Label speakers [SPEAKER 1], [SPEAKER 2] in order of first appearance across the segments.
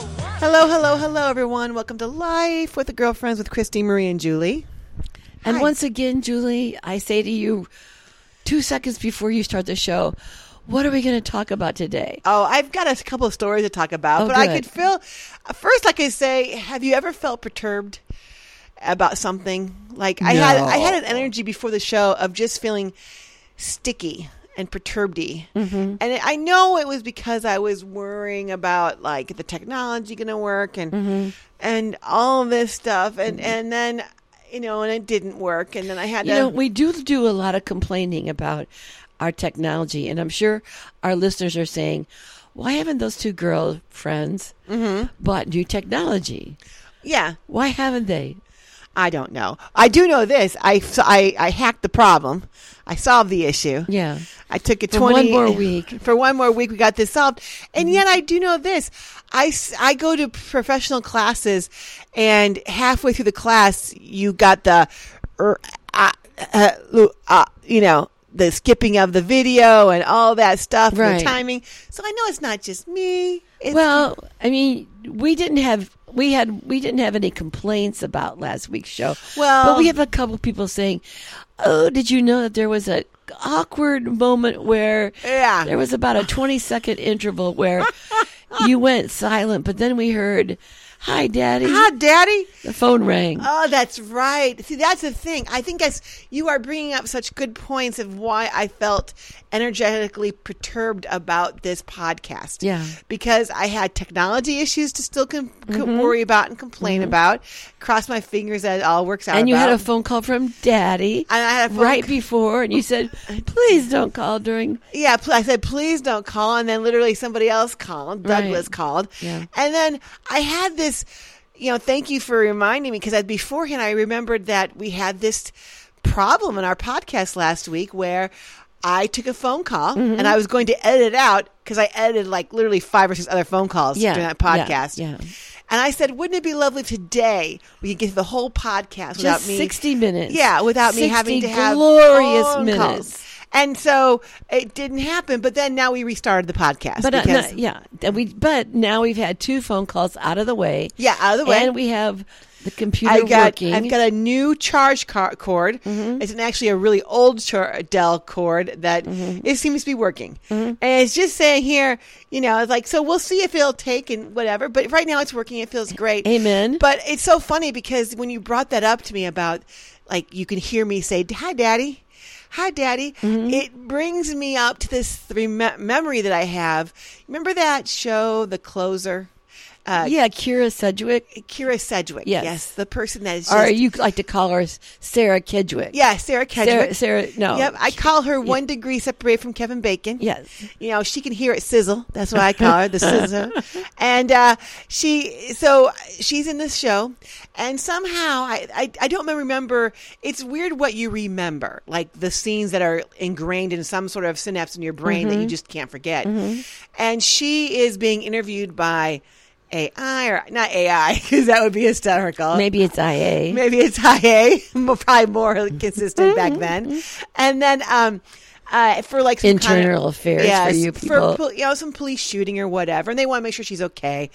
[SPEAKER 1] Hello, hello, hello, everyone. Welcome to Life with the Girlfriends with Christy, Marie, and Julie.
[SPEAKER 2] And
[SPEAKER 1] Hi.
[SPEAKER 2] once again, Julie, I say to you, two seconds before you start the show, what are we going to talk about today?
[SPEAKER 1] Oh, I've got a couple of stories to talk about,
[SPEAKER 2] Oh,
[SPEAKER 1] but I
[SPEAKER 2] good.
[SPEAKER 1] could feel first, like I say, have you ever felt perturbed about something? Like I had, I had an
[SPEAKER 2] No.
[SPEAKER 1] energy before the show of just feeling sticky and perturbedy,
[SPEAKER 2] Mm-hmm.
[SPEAKER 1] and I know it was because I was worrying about like the technology going to work and
[SPEAKER 2] Mm-hmm.
[SPEAKER 1] and all this stuff, and and then you know, and it didn't work, and then I had
[SPEAKER 2] You
[SPEAKER 1] to.
[SPEAKER 2] know, we do do a lot of complaining about our technology, and I'm sure our listeners are saying, why haven't those two girlfriends
[SPEAKER 1] Mm-hmm.
[SPEAKER 2] bought new technology?
[SPEAKER 1] yeah,
[SPEAKER 2] Why haven't they?
[SPEAKER 1] I don't know. I do know this. I, so I, I hacked the problem. I solved the issue.
[SPEAKER 2] Yeah.
[SPEAKER 1] I took it
[SPEAKER 2] For one
[SPEAKER 1] 20
[SPEAKER 2] more week. Mm-hmm.
[SPEAKER 1] For one more week, we got this solved. And yet, I do know this. I, s- I go to professional classes, and halfway through the class, you got the, er, ah, uh, lu- ah, you know, the skipping of the video and all that stuff, and
[SPEAKER 2] Right.
[SPEAKER 1] the timing. So I know it's not just me. It's,
[SPEAKER 2] Well, I mean, we didn't have we had we didn't have any complaints about last week's show.
[SPEAKER 1] Well-
[SPEAKER 2] but we have a couple people saying, "Oh, did you know that there was a awkward moment where
[SPEAKER 1] Yeah.
[SPEAKER 2] there was about a 20 second interval where you went silent, but then we heard, "Hi, daddy."
[SPEAKER 1] hi, Daddy.
[SPEAKER 2] The phone rang.
[SPEAKER 1] Oh, that's right. See, that's the thing. I think as you are bringing up such good points of why I felt energetically perturbed about this podcast.
[SPEAKER 2] Yeah.
[SPEAKER 1] Because I had technology issues to still com-
[SPEAKER 2] Mm-hmm.
[SPEAKER 1] com- worry about and complain about. Cross my fingers that it all works out.
[SPEAKER 2] and you had a
[SPEAKER 1] about.
[SPEAKER 2] phone call from daddy
[SPEAKER 1] And I had a phone
[SPEAKER 2] right
[SPEAKER 1] c-
[SPEAKER 2] before and you said, "Please don't call during
[SPEAKER 1] Yeah, pl- I said, please don't call. And then literally somebody else called. Douglas
[SPEAKER 2] Right.
[SPEAKER 1] called.
[SPEAKER 2] Yeah.
[SPEAKER 1] And then I had this, you know, thank you for reminding me because beforehand I remembered that we had this problem in our podcast last week where I took a phone call
[SPEAKER 2] Mm-hmm.
[SPEAKER 1] and I was going to edit it out because I edited like literally five or six other phone calls
[SPEAKER 2] Yeah,
[SPEAKER 1] during that
[SPEAKER 2] yeah,
[SPEAKER 1] podcast.
[SPEAKER 2] yeah.
[SPEAKER 1] And I said, wouldn't it be lovely if today we could get the whole podcast without
[SPEAKER 2] Just
[SPEAKER 1] me
[SPEAKER 2] 60 minutes.
[SPEAKER 1] Yeah, without me having
[SPEAKER 2] 60
[SPEAKER 1] to have
[SPEAKER 2] glorious
[SPEAKER 1] phone
[SPEAKER 2] minutes.
[SPEAKER 1] calls. And so it didn't happen. But then now we restarted the podcast.
[SPEAKER 2] But uh,
[SPEAKER 1] because,
[SPEAKER 2] no, yeah, that we. But now we've had two phone calls out of the way.
[SPEAKER 1] Yeah, out of the way.
[SPEAKER 2] and we have the computer
[SPEAKER 1] I got
[SPEAKER 2] working. Mm-hmm.
[SPEAKER 1] I've got a new charge car- cord. It's an, actually a really old char- Dell cord that
[SPEAKER 2] Mm-hmm.
[SPEAKER 1] it seems to be working. And it's just saying here, you know, it's like so we'll see if it'll take and whatever. But right now it's working. It feels great.
[SPEAKER 2] Amen.
[SPEAKER 1] But it's so funny because when you brought that up to me about like you can hear me say hi, Daddy. Hi, Daddy.
[SPEAKER 2] Mm-hmm.
[SPEAKER 1] It brings me up to this rem- memory that I have. Remember that show, The Closer? Uh,
[SPEAKER 2] yeah, Kira Sedgwick,
[SPEAKER 1] Kira Sedgwick.
[SPEAKER 2] Yes.
[SPEAKER 1] the person that is just
[SPEAKER 2] or you like to call her Sarah Kedgwick.
[SPEAKER 1] yeah, Sarah
[SPEAKER 2] Sarah.
[SPEAKER 1] Kedgwick.
[SPEAKER 2] Sarah. No.
[SPEAKER 1] Yep, I call her one degree separated from Kevin Bacon.
[SPEAKER 2] Yes.
[SPEAKER 1] you know she can hear it sizzle. That's why I call her the sizzle. And uh, she, so she's in this show, and somehow I, I, I don't remember. It's weird what you remember, like the scenes that are ingrained in some sort of synapse in your brain
[SPEAKER 2] Mm-hmm.
[SPEAKER 1] that you just can't forget. And she is being interviewed by AI or not AI because that would be hysterical.
[SPEAKER 2] Maybe Mm-hmm. it's IA.
[SPEAKER 1] Maybe it's high A, mo- probably more consistent back then. And then um, uh, for like some kind of-
[SPEAKER 2] Internal affairs for
[SPEAKER 1] Yes,
[SPEAKER 2] you people.
[SPEAKER 1] pol- you know, some police shooting or whatever, and they want to make sure she's okay.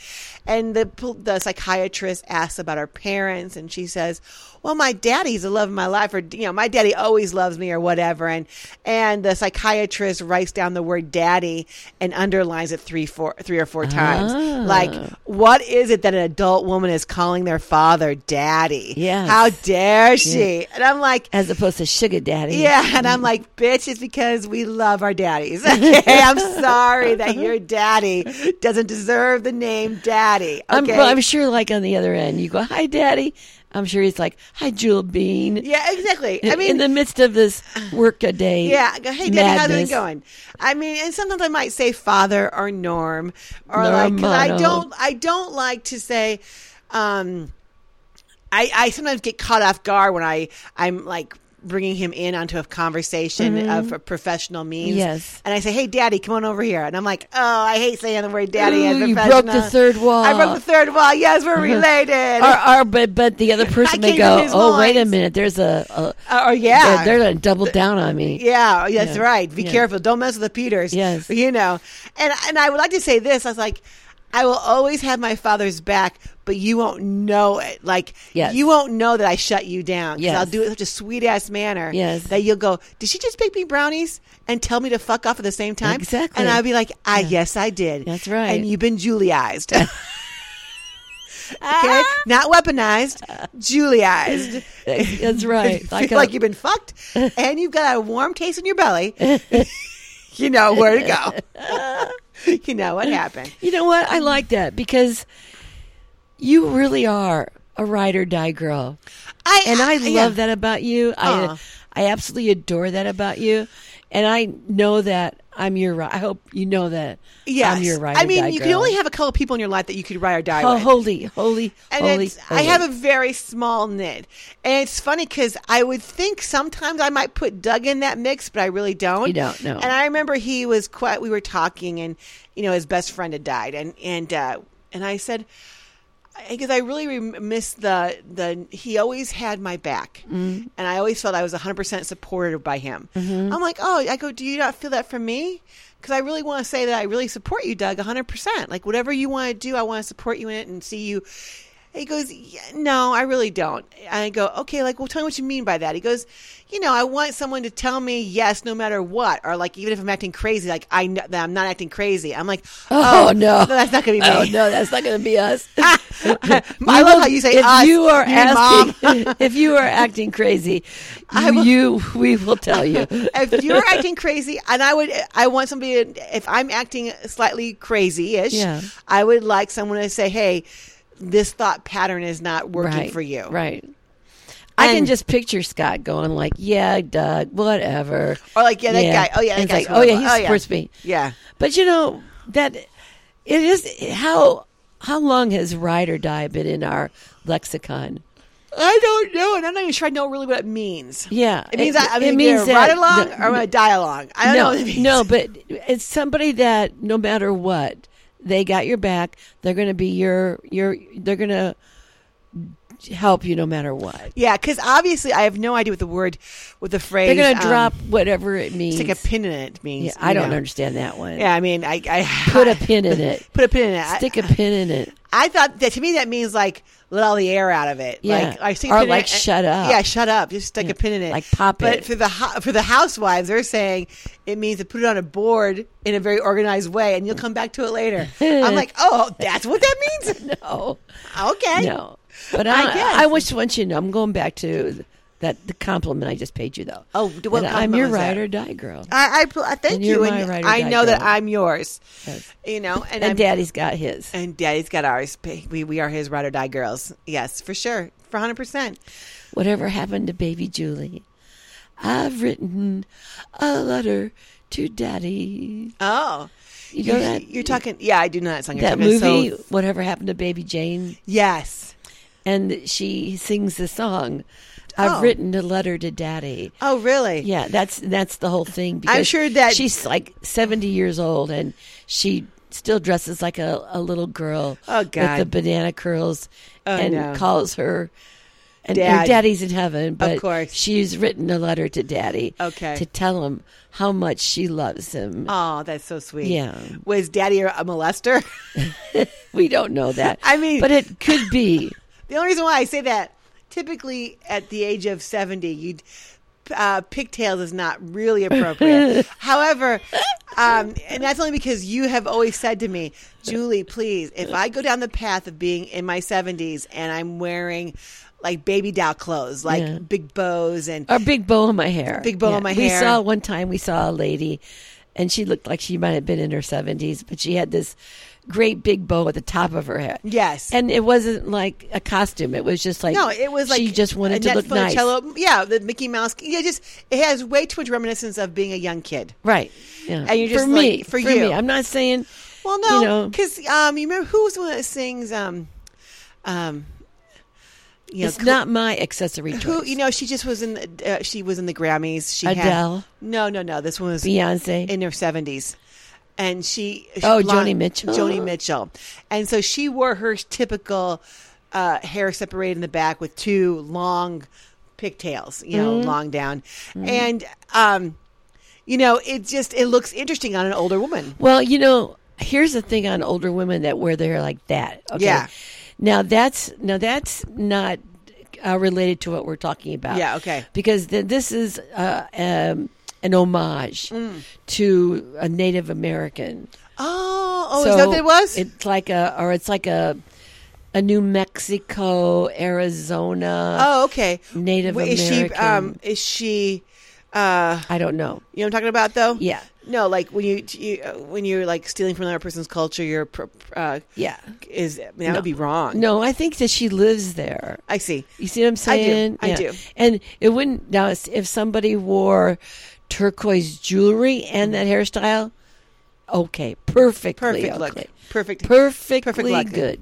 [SPEAKER 1] And the pol- the psychiatrist asks about her parents, and she says, "Well, my daddy's the love of my life, or you know, my daddy always loves me, or whatever." And and the psychiatrist writes down the word "daddy" and underlines it three four three or four times.
[SPEAKER 2] Ah.
[SPEAKER 1] Like,
[SPEAKER 2] Uh.
[SPEAKER 1] what is it that an adult woman is calling their father "daddy"?
[SPEAKER 2] Yes.
[SPEAKER 1] how dare she? And I'm like,
[SPEAKER 2] as opposed to sugar daddy.
[SPEAKER 1] yeah, and
[SPEAKER 2] mm-hmm.
[SPEAKER 1] I'm like, bitch, it's because we love our daddies. Okay, I'm sorry that your daddy doesn't deserve the name daddy.
[SPEAKER 2] I'm,
[SPEAKER 1] Okay.
[SPEAKER 2] well, I'm sure, like on the other end, you go, "Hi, Daddy." I'm sure he's like, "Hi, Jewel Bean."
[SPEAKER 1] yeah, exactly. I
[SPEAKER 2] In- in
[SPEAKER 1] mean,
[SPEAKER 2] the midst of this workaday,
[SPEAKER 1] yeah, I go, hey, daddy, how's it
[SPEAKER 2] madness.
[SPEAKER 1] going? I mean, and sometimes I might say father or norm or
[SPEAKER 2] Norm
[SPEAKER 1] like 'cause I
[SPEAKER 2] Mono.
[SPEAKER 1] don't, I don't like to say. um I, I sometimes get caught off guard when I I'm like bringing him in onto a conversation of a professional means.
[SPEAKER 2] Mm-hmm. Yes.
[SPEAKER 1] and I say, "Hey, Daddy, come on over here," and I'm like, "Oh, I hate saying the word Daddy." and
[SPEAKER 2] Ooh, you
[SPEAKER 1] professional."
[SPEAKER 2] broke the third wall.
[SPEAKER 1] I broke the third wall. Yes, we're related.
[SPEAKER 2] Or, or but but the other person may
[SPEAKER 1] can't
[SPEAKER 2] go,
[SPEAKER 1] read his
[SPEAKER 2] oh wait a
[SPEAKER 1] minds."
[SPEAKER 2] minute, there's a, a
[SPEAKER 1] Uh, or yeah,
[SPEAKER 2] they're, they're gonna double down on me.
[SPEAKER 1] Yeah, that's
[SPEAKER 2] Yeah.
[SPEAKER 1] right. Be
[SPEAKER 2] Yeah.
[SPEAKER 1] careful. Don't mess with the Peters.
[SPEAKER 2] Yes.
[SPEAKER 1] You know. And and I would like to say this. I was like, I will always have my father's back, but you won't know it. Like
[SPEAKER 2] Yes.
[SPEAKER 1] you won't know that I shut you down. 'cause
[SPEAKER 2] Yes.
[SPEAKER 1] I'll do it in such a sweet ass manner
[SPEAKER 2] Yes.
[SPEAKER 1] that you'll go, Did she just bake me brownies and tell me to fuck off at the same time?
[SPEAKER 2] Exactly.
[SPEAKER 1] And I'll be like, I yes I did.
[SPEAKER 2] That's right.
[SPEAKER 1] And you've been Juliized. okay? Not weaponized, Juliized.
[SPEAKER 2] That's right. uh,
[SPEAKER 1] You feel like uh, you've been fucked and you've got a warm taste in your belly. you know where to go. you know what happened.
[SPEAKER 2] You know what? I like that because you really are a ride or die girl,
[SPEAKER 1] I
[SPEAKER 2] and I love
[SPEAKER 1] Ah, yeah. Ah.
[SPEAKER 2] that about you. I
[SPEAKER 1] Aw.
[SPEAKER 2] I absolutely adore that about you, and I know that I'm your. ri- I hope you know that.
[SPEAKER 1] Yes.
[SPEAKER 2] I'm your ride.
[SPEAKER 1] I
[SPEAKER 2] or
[SPEAKER 1] mean,
[SPEAKER 2] die
[SPEAKER 1] you
[SPEAKER 2] girl.
[SPEAKER 1] can only have a couple people in your life that you could ride or die
[SPEAKER 2] Oh,
[SPEAKER 1] with.
[SPEAKER 2] holy, holy,
[SPEAKER 1] and
[SPEAKER 2] holy,
[SPEAKER 1] it's, I have a very small knit. And it's funny because I would think sometimes I might put Doug in that mix, but I really don't.
[SPEAKER 2] You don't, no.
[SPEAKER 1] And I remember he was quite. We were talking, and you know his best friend had died, and and uh, and I said. Because I really re- miss the the he always had my back,
[SPEAKER 2] Mm-hmm.
[SPEAKER 1] and I always felt I was 100 percent supported by him. I'm like, oh, I go, do you not feel that from me? Because I really want to say that I really support you, Doug, 100 percent. Like whatever you want to do, I want to support you in it and see you. He goes, yeah, no, I really don't. I go, okay, like, well, tell me what you mean by that. He goes, you know, I want someone to tell me yes, no matter what, or like, even if I'm acting crazy, like I know that I'm not acting crazy. I'm like,
[SPEAKER 2] Oh, no.
[SPEAKER 1] that's not gonna be me.
[SPEAKER 2] Oh no, that's not going to be us.
[SPEAKER 1] I love how you say
[SPEAKER 2] if
[SPEAKER 1] us.
[SPEAKER 2] you are
[SPEAKER 1] mean mom.
[SPEAKER 2] asking, if you are acting crazy,
[SPEAKER 1] I will-
[SPEAKER 2] you we will tell you.
[SPEAKER 1] if you're acting crazy, and I would, I want somebody. To, if I'm acting slightly crazy-ish,
[SPEAKER 2] Yeah.
[SPEAKER 1] I would like someone to say, "Hey, this thought pattern is not working
[SPEAKER 2] right
[SPEAKER 1] for you."
[SPEAKER 2] right? I can
[SPEAKER 1] And-
[SPEAKER 2] just picture Scott going like, "Yeah, Doug, whatever."
[SPEAKER 1] Or like, yeah, that guy. Oh yeah, that
[SPEAKER 2] And it's
[SPEAKER 1] guy's
[SPEAKER 2] like, oh yeah,
[SPEAKER 1] horrible.
[SPEAKER 2] he supports me.
[SPEAKER 1] Yeah.
[SPEAKER 2] But you know that it is how how long has ride or die been in our lexicon?
[SPEAKER 1] I don't know, and I'm not even sure I know really what it means.
[SPEAKER 2] Yeah,
[SPEAKER 1] It means I, I
[SPEAKER 2] it
[SPEAKER 1] mean,
[SPEAKER 2] means
[SPEAKER 1] means
[SPEAKER 2] that-
[SPEAKER 1] ride along
[SPEAKER 2] the-
[SPEAKER 1] or I'm gonna die along. I don't know
[SPEAKER 2] no,
[SPEAKER 1] what it means.
[SPEAKER 2] no, but it's somebody that no matter what they got your back. They're going to be your your. They're going to help you no matter what.
[SPEAKER 1] Yeah, because obviously I have no idea what the word, what the phrase.
[SPEAKER 2] They're going to
[SPEAKER 1] um,
[SPEAKER 2] drop whatever it means.
[SPEAKER 1] Stick a pin in it means.
[SPEAKER 2] yeah, I
[SPEAKER 1] you
[SPEAKER 2] don't
[SPEAKER 1] know.
[SPEAKER 2] understand that one.
[SPEAKER 1] Yeah, I mean, I, I
[SPEAKER 2] Put a pin in it.
[SPEAKER 1] put a pin in it. I-
[SPEAKER 2] Stick a pin in it.
[SPEAKER 1] I thought that to me that means like let all the air out of it.
[SPEAKER 2] Yeah.
[SPEAKER 1] Like I stick a
[SPEAKER 2] Or
[SPEAKER 1] pin in
[SPEAKER 2] like,
[SPEAKER 1] it and-
[SPEAKER 2] shut up.
[SPEAKER 1] Yeah, shut up. Just stick a pin in it.
[SPEAKER 2] Like, pop
[SPEAKER 1] but
[SPEAKER 2] it.
[SPEAKER 1] for the hou- for the housewives, they're saying it means to put it on a board in a very organized way, and you'll come back to it later. I'm like, oh, that's what that means.
[SPEAKER 2] No,
[SPEAKER 1] Okay.
[SPEAKER 2] no. But
[SPEAKER 1] I
[SPEAKER 2] I,
[SPEAKER 1] guess.
[SPEAKER 2] I, just want you to know. I'm going back to that the compliment I just paid you though.
[SPEAKER 1] Oh, d- what
[SPEAKER 2] That I'm
[SPEAKER 1] compliment
[SPEAKER 2] your
[SPEAKER 1] was that?
[SPEAKER 2] ride or die girl.
[SPEAKER 1] I, I, pl- I thank
[SPEAKER 2] And
[SPEAKER 1] you,
[SPEAKER 2] you're my
[SPEAKER 1] and
[SPEAKER 2] ride or
[SPEAKER 1] I
[SPEAKER 2] die
[SPEAKER 1] know that
[SPEAKER 2] girl.
[SPEAKER 1] I'm yours.
[SPEAKER 2] Yes.
[SPEAKER 1] You know, and,
[SPEAKER 2] and
[SPEAKER 1] I'm,
[SPEAKER 2] Daddy's got his.
[SPEAKER 1] and Daddy's got ours. We we are his ride or die girls. Yes, for sure, for hundred percent.
[SPEAKER 2] Whatever happened to baby Julie? I've written a letter to Daddy.
[SPEAKER 1] Oh,
[SPEAKER 2] You know that
[SPEAKER 1] you're talking. Yeah, I do know that song. You're
[SPEAKER 2] that
[SPEAKER 1] talking so-
[SPEAKER 2] movie. whatever happened to baby Jane?
[SPEAKER 1] yes.
[SPEAKER 2] And she sings the song. I've
[SPEAKER 1] Oh.
[SPEAKER 2] written a letter to Daddy.
[SPEAKER 1] Oh, really?
[SPEAKER 2] Yeah, that's that's the whole thing. Because
[SPEAKER 1] sure that-
[SPEAKER 2] she's like seventy years old and she still dresses like a, a little girl.
[SPEAKER 1] Oh, God. Oh,
[SPEAKER 2] with the banana curls, and
[SPEAKER 1] no.
[SPEAKER 2] calls her. And her
[SPEAKER 1] Dad.
[SPEAKER 2] daddy's in heaven, but
[SPEAKER 1] course.
[SPEAKER 2] she's written a letter to daddy,
[SPEAKER 1] Okay.
[SPEAKER 2] to tell him how much she loves him.
[SPEAKER 1] Oh, that's so sweet.
[SPEAKER 2] Yeah.
[SPEAKER 1] Was daddy a molester?
[SPEAKER 2] we don't know that.
[SPEAKER 1] I mean-
[SPEAKER 2] but it could be.
[SPEAKER 1] the only reason why I say that, typically at the age of 70, you'd. Uh, pigtails is not really appropriate. However, um, and that's only because you have always said to me, Julie, please, if I go down the path of being in my 70s and I'm wearing like baby doll clothes, like
[SPEAKER 2] Yeah.
[SPEAKER 1] big bows and
[SPEAKER 2] Or big bow in my hair.
[SPEAKER 1] Big bow in my
[SPEAKER 2] We
[SPEAKER 1] hair.
[SPEAKER 2] saw one time we saw a lady and she looked like she might have been in her seventies, but she had this great big bow at the top of her head.
[SPEAKER 1] Yes.
[SPEAKER 2] And it wasn't like a costume. It was just like
[SPEAKER 1] No, it was like
[SPEAKER 2] she just wanted to
[SPEAKER 1] Annette
[SPEAKER 2] look nice.
[SPEAKER 1] Funicello- Yeah, the Mickey Mouse. Yeah, just it has way too much reminiscence of being a young kid.
[SPEAKER 2] Right. Yeah.
[SPEAKER 1] And you're just
[SPEAKER 2] for me,
[SPEAKER 1] like- for
[SPEAKER 2] for
[SPEAKER 1] you.
[SPEAKER 2] me. I'm not saying
[SPEAKER 1] Well,
[SPEAKER 2] You know.
[SPEAKER 1] no, because um, you remember who was the one that sings um, um, you know,
[SPEAKER 2] it's not my accessory choice.
[SPEAKER 1] who you know she just was in the, uh, she was in the Grammys. She had-
[SPEAKER 2] Adele.
[SPEAKER 1] no, no, no. This one was
[SPEAKER 2] Beyonce.
[SPEAKER 1] in her seventies. And she, she
[SPEAKER 2] Oh, Joni Mitchell?
[SPEAKER 1] Joni Mitchell, and so she wore her typical uh, hair separated in the back with two long pigtails, you
[SPEAKER 2] Mm-hmm.
[SPEAKER 1] know, long down, and um, you know, it just it looks interesting on an older woman.
[SPEAKER 2] well, you know, here's the thing on older women that wear their hair like that. Okay.
[SPEAKER 1] Yeah.
[SPEAKER 2] Now that's now that's not uh, related to what we're talking about.
[SPEAKER 1] Yeah, okay.
[SPEAKER 2] Because th- this is uh, um, an homage
[SPEAKER 1] Mm.
[SPEAKER 2] to a Native American.
[SPEAKER 1] Oh, oh, is that what it was?
[SPEAKER 2] It's like a, or it's like a, a New Mexico, Arizona.
[SPEAKER 1] oh, okay.
[SPEAKER 2] Native
[SPEAKER 1] Wait, is
[SPEAKER 2] American.
[SPEAKER 1] She, um, is she? Uh,
[SPEAKER 2] I don't know.
[SPEAKER 1] you know what I'm talking about, though.
[SPEAKER 2] Yeah.
[SPEAKER 1] No, like when you, you uh, when you're like stealing from another person's culture, you're pro- uh,
[SPEAKER 2] Yeah.
[SPEAKER 1] is I mean, that would be wrong.
[SPEAKER 2] No, I think that she lives there.
[SPEAKER 1] I see.
[SPEAKER 2] You see what I'm
[SPEAKER 1] I do.
[SPEAKER 2] saying?
[SPEAKER 1] I do.
[SPEAKER 2] And it wouldn't now it's- if somebody wore turquoise jewelry and that hairstyle. Okay, perfectly
[SPEAKER 1] Perfect look.
[SPEAKER 2] okay.
[SPEAKER 1] Perfect- perfect
[SPEAKER 2] perfectly
[SPEAKER 1] look.
[SPEAKER 2] good.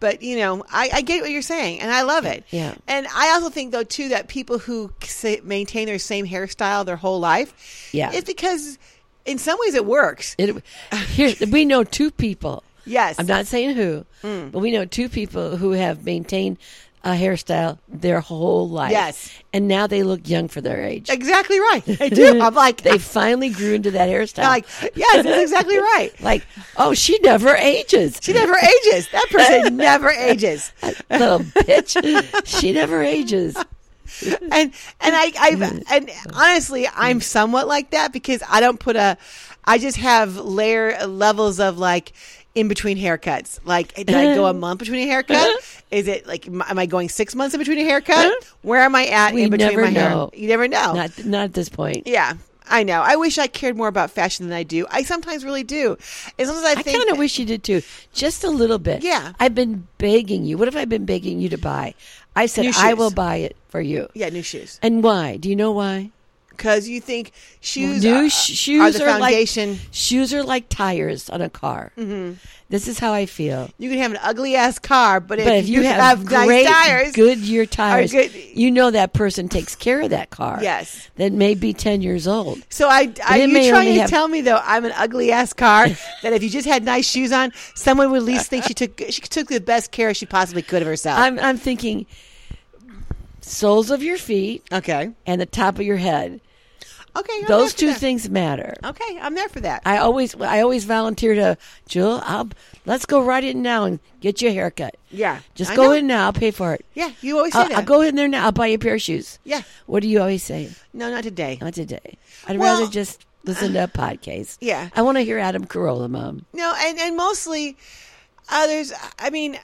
[SPEAKER 1] But you know, I, I get what you're saying, and I love it.
[SPEAKER 2] Yeah.
[SPEAKER 1] And I also think though too that people who say, maintain their same hairstyle their whole life,
[SPEAKER 2] Yeah.
[SPEAKER 1] it's because in some ways it works.
[SPEAKER 2] It, here we know two people.
[SPEAKER 1] yes. Mm.
[SPEAKER 2] I'm not saying who, but we know two people who have maintained a hairstyle their whole life.
[SPEAKER 1] Yes.
[SPEAKER 2] and now they look young for their age.
[SPEAKER 1] exactly right. I do. I'm like
[SPEAKER 2] they finally grew into that hairstyle.
[SPEAKER 1] I'm like yes, that's exactly right.
[SPEAKER 2] like, oh, she never ages.
[SPEAKER 1] She never ages. That person never ages.
[SPEAKER 2] little bitch. She never ages.
[SPEAKER 1] and and I
[SPEAKER 2] Mm.
[SPEAKER 1] I and honestly, I'm somewhat like that because I don't put a, I just have layer levels of like in between haircuts. Like, did I go a month between a haircut? Is it like, am am I going six months in between a haircut? Where am I at
[SPEAKER 2] We
[SPEAKER 1] in between
[SPEAKER 2] never
[SPEAKER 1] my
[SPEAKER 2] know.
[SPEAKER 1] hair? You never know.
[SPEAKER 2] Not not at this point.
[SPEAKER 1] Oh. yeah. I know. I wish I cared more about fashion than I do. I sometimes really do. As long as I,
[SPEAKER 2] I
[SPEAKER 1] think
[SPEAKER 2] kind of wish you did too, just a little bit.
[SPEAKER 1] Yeah.
[SPEAKER 2] I've been begging you. What have I been begging you to buy? I said
[SPEAKER 1] New
[SPEAKER 2] I
[SPEAKER 1] shoes.
[SPEAKER 2] will buy it for you.
[SPEAKER 1] Yeah, new shoes.
[SPEAKER 2] And why? Do you know why?
[SPEAKER 1] Because you think shoes,
[SPEAKER 2] New
[SPEAKER 1] are, uh,
[SPEAKER 2] sh- shoes
[SPEAKER 1] are the foundation.
[SPEAKER 2] like shoes are like tires on a car. Mm-hmm. This is how I feel.
[SPEAKER 1] You can have an ugly ass car, but,
[SPEAKER 2] But if you have, great
[SPEAKER 1] nice tires,
[SPEAKER 2] Goodyear tires,
[SPEAKER 1] good-
[SPEAKER 2] you know that person takes care of that car.
[SPEAKER 1] Yes.
[SPEAKER 2] that may be ten years old.
[SPEAKER 1] So I, are you
[SPEAKER 2] it may
[SPEAKER 1] trying
[SPEAKER 2] only
[SPEAKER 1] to
[SPEAKER 2] have-
[SPEAKER 1] tell me though I'm an ugly ass car that if you just had nice shoes on, someone would at least think she took she took the best care she possibly could of herself.
[SPEAKER 2] I'm I'm thinking soles of your feet
[SPEAKER 1] okay,
[SPEAKER 2] and the top of your head.
[SPEAKER 1] okay, I'm there
[SPEAKER 2] Those
[SPEAKER 1] for
[SPEAKER 2] two
[SPEAKER 1] that.
[SPEAKER 2] things matter.
[SPEAKER 1] Okay, I'm there for that.
[SPEAKER 2] I always I always volunteer to Jill. I'll, let's go right in now and get you a haircut.
[SPEAKER 1] Yeah,
[SPEAKER 2] just
[SPEAKER 1] I
[SPEAKER 2] go
[SPEAKER 1] know.
[SPEAKER 2] in now. I'll pay for it.
[SPEAKER 1] yeah, you always say
[SPEAKER 2] I'll,
[SPEAKER 1] that.
[SPEAKER 2] I'll go in there now. I'll buy you a pair of shoes.
[SPEAKER 1] Yeah.
[SPEAKER 2] What do you always say?
[SPEAKER 1] No, not today.
[SPEAKER 2] Not today. I'd
[SPEAKER 1] Well-
[SPEAKER 2] rather just listen to a podcast.
[SPEAKER 1] Yeah.
[SPEAKER 2] I want to hear Adam Carolla, Mom.
[SPEAKER 1] No, and and mostly others. I mean.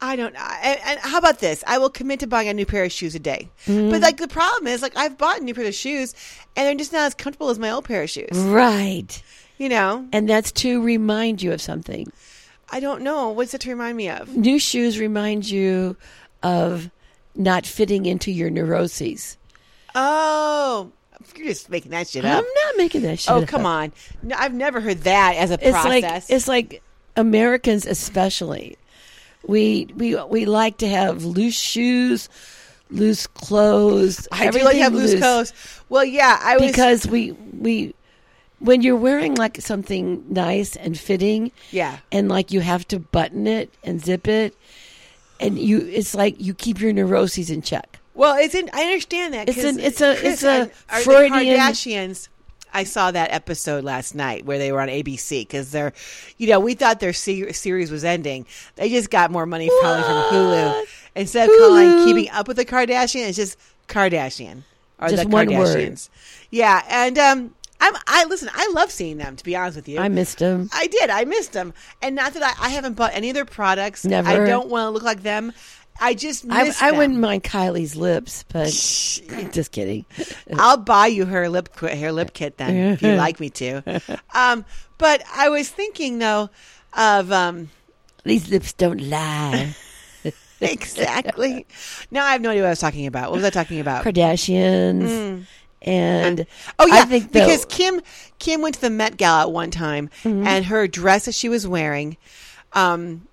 [SPEAKER 1] I don't know. And, and how about this? I will commit to buying a new pair of shoes a day. But like the problem is, like I've bought a new pair of shoes, and they're just not as comfortable as my old pair of shoes.
[SPEAKER 2] Right.
[SPEAKER 1] You know,
[SPEAKER 2] And that's to remind you of something.
[SPEAKER 1] I don't know what's that to remind me of.
[SPEAKER 2] New shoes remind you of not fitting into your neuroses.
[SPEAKER 1] Oh, you're just making that shit
[SPEAKER 2] I'm
[SPEAKER 1] up.
[SPEAKER 2] not making that shit.
[SPEAKER 1] Oh,
[SPEAKER 2] up.
[SPEAKER 1] come on. No, I've never heard that as a
[SPEAKER 2] It's
[SPEAKER 1] process.
[SPEAKER 2] like it's like Americans especially. We we we like to have loose shoes, loose clothes.
[SPEAKER 1] I do like to have
[SPEAKER 2] everything
[SPEAKER 1] loose, clothes. Well, yeah, I was.
[SPEAKER 2] because we we when you're wearing like something nice and fitting,
[SPEAKER 1] Yeah.
[SPEAKER 2] and like you have to button it and zip it, and you it's like you keep your neuroses in check.
[SPEAKER 1] well, it's in. I understand that.
[SPEAKER 2] It's
[SPEAKER 1] 'cause
[SPEAKER 2] an- it's a-
[SPEAKER 1] Chris
[SPEAKER 2] it's a
[SPEAKER 1] and- are the
[SPEAKER 2] Freudian-
[SPEAKER 1] Kardashians. I saw that episode last night where they were on ABC because they're, you know, we thought their se- series was ending. They just got more money probably from Hulu
[SPEAKER 2] What?
[SPEAKER 1] instead of
[SPEAKER 2] Hulu.
[SPEAKER 1] calling keeping up with the Kardashian. It's just Kardashian or
[SPEAKER 2] Just
[SPEAKER 1] the
[SPEAKER 2] one
[SPEAKER 1] Kardashians.
[SPEAKER 2] word.
[SPEAKER 1] Yeah, and um, I'm I listen. I love seeing them. To be honest with you,
[SPEAKER 2] I missed them.
[SPEAKER 1] I did. I missed them, and not that I, I haven't bought any of their products.
[SPEAKER 2] Never.
[SPEAKER 1] I don't want to look like them. I just
[SPEAKER 2] I,
[SPEAKER 1] miss
[SPEAKER 2] I
[SPEAKER 1] them.
[SPEAKER 2] wouldn't mind Kylie's lips, but just kidding.
[SPEAKER 1] I'll buy you her lip qu- her lip kit then if you like me to. Um, but I was thinking though of um,
[SPEAKER 2] These lips don't lie.
[SPEAKER 1] exactly. now I have no idea what I was talking about. What was I talking about?
[SPEAKER 2] Kardashians. And
[SPEAKER 1] Mm. Oh yeah,
[SPEAKER 2] I think though-
[SPEAKER 1] because Kim Kim went to the Met Gala at one time,
[SPEAKER 2] Mm-hmm.
[SPEAKER 1] and her dress that she was wearing um,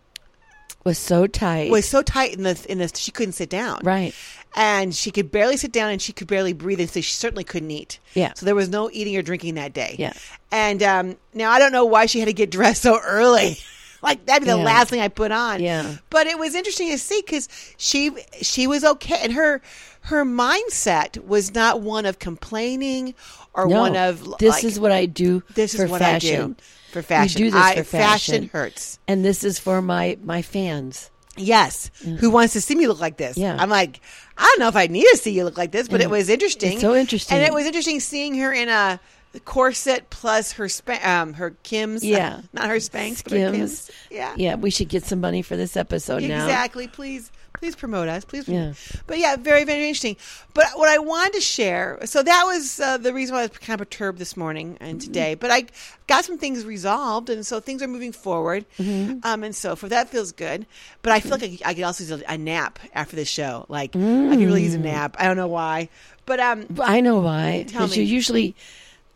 [SPEAKER 2] was so tight.
[SPEAKER 1] was so tight in the in the she couldn't sit down.
[SPEAKER 2] right.
[SPEAKER 1] and she could barely sit down and she could barely breathe and so she certainly couldn't eat
[SPEAKER 2] Yeah.
[SPEAKER 1] so there was no eating or drinking that day
[SPEAKER 2] Yeah.
[SPEAKER 1] and um, now i don't know why she had to get dressed so early like that'd be the
[SPEAKER 2] Yeah.
[SPEAKER 1] last thing I put on.
[SPEAKER 2] Yeah.
[SPEAKER 1] But it was interesting to see because she she was okay, and her her mindset was not one of complaining or
[SPEAKER 2] No,
[SPEAKER 1] one of
[SPEAKER 2] this
[SPEAKER 1] like,
[SPEAKER 2] is what I do.
[SPEAKER 1] this
[SPEAKER 2] for
[SPEAKER 1] is what
[SPEAKER 2] fashion.
[SPEAKER 1] I do for fashion.
[SPEAKER 2] You do this
[SPEAKER 1] I-
[SPEAKER 2] for fashion.
[SPEAKER 1] hurts.
[SPEAKER 2] and this is for my my fans.
[SPEAKER 1] Yes. Who wants to see me look like this?
[SPEAKER 2] Mm. Yeah. Mm.
[SPEAKER 1] I'm like, I don't know if I need to see you look like this, but it was interesting.
[SPEAKER 2] It's so interesting.
[SPEAKER 1] And it was interesting seeing her in a corset plus her spa- um her Kim's.
[SPEAKER 2] Yeah.
[SPEAKER 1] Not her Spanx, but her
[SPEAKER 2] Skims.
[SPEAKER 1] Kim's. Yeah.
[SPEAKER 2] Yeah, we should get some money for this episode now.
[SPEAKER 1] Exactly. Please, please promote us. Please.
[SPEAKER 2] Yeah.
[SPEAKER 1] But yeah, very, very interesting. But what I wanted to share, so that was uh, the reason why I was kind of perturbed this morning
[SPEAKER 2] Mm-hmm.
[SPEAKER 1] and today. But I got some things resolved, and so things are moving forward,
[SPEAKER 2] Mm-hmm.
[SPEAKER 1] um, and so forth. That feels good. But I feel like I, I could also use a, a nap after the show. Like I can really use a
[SPEAKER 2] Mm.
[SPEAKER 1] nap. I don't know why, but um,
[SPEAKER 2] But I know why.
[SPEAKER 1] Tell
[SPEAKER 2] Because
[SPEAKER 1] me.
[SPEAKER 2] you're usually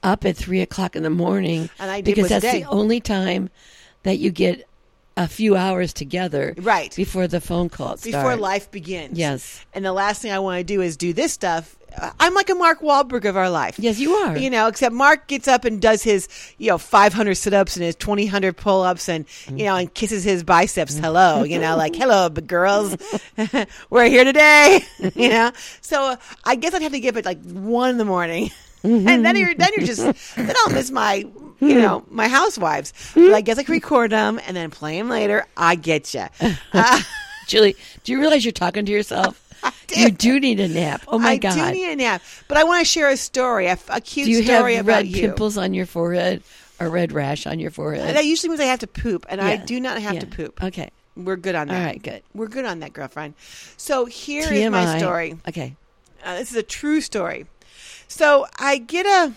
[SPEAKER 2] up at three o'clock in the morning,
[SPEAKER 1] And I did
[SPEAKER 2] because
[SPEAKER 1] with
[SPEAKER 2] that's
[SPEAKER 1] today.
[SPEAKER 2] the only time that you get a few hours together,
[SPEAKER 1] Right.
[SPEAKER 2] Before the phone calls
[SPEAKER 1] before
[SPEAKER 2] start.
[SPEAKER 1] life begins,
[SPEAKER 2] Yes.
[SPEAKER 1] And the last thing I want to do is do this stuff. Uh, I'm like a Mark Wahlberg of our life.
[SPEAKER 2] Yes, you are.
[SPEAKER 1] You know, except Mark gets up and does his, you know, 500 sit ups and his 2,000 pull ups and, you know, and kisses his biceps.
[SPEAKER 2] Mm-hmm.
[SPEAKER 1] Hello, you know, like, hello, but girls, we're here today, you know? So uh, I guess I'd have to give it like one in the morning. And then you're then you're just then I'll miss my
[SPEAKER 2] Hmm.
[SPEAKER 1] you know my housewives. But I guess I can record them and then play them later. I get you.
[SPEAKER 2] Julie, do you realize you're talking to yourself?
[SPEAKER 1] do.
[SPEAKER 2] you do need a nap. Oh my
[SPEAKER 1] I
[SPEAKER 2] god.
[SPEAKER 1] do need a nap, but I want to share a story, a, f- a cute
[SPEAKER 2] do you have
[SPEAKER 1] story
[SPEAKER 2] red
[SPEAKER 1] about you.
[SPEAKER 2] pimples on your forehead or red rash on your forehead?
[SPEAKER 1] That usually means I have to poop, and I
[SPEAKER 2] Yeah.
[SPEAKER 1] do not have to
[SPEAKER 2] Yeah.
[SPEAKER 1] poop.
[SPEAKER 2] Okay.
[SPEAKER 1] We're good on that.
[SPEAKER 2] All right, good.
[SPEAKER 1] We're good on that, girlfriend. So here is my
[SPEAKER 2] TMI.
[SPEAKER 1] story.
[SPEAKER 2] Okay.
[SPEAKER 1] Uh, this is a true story. So I get a.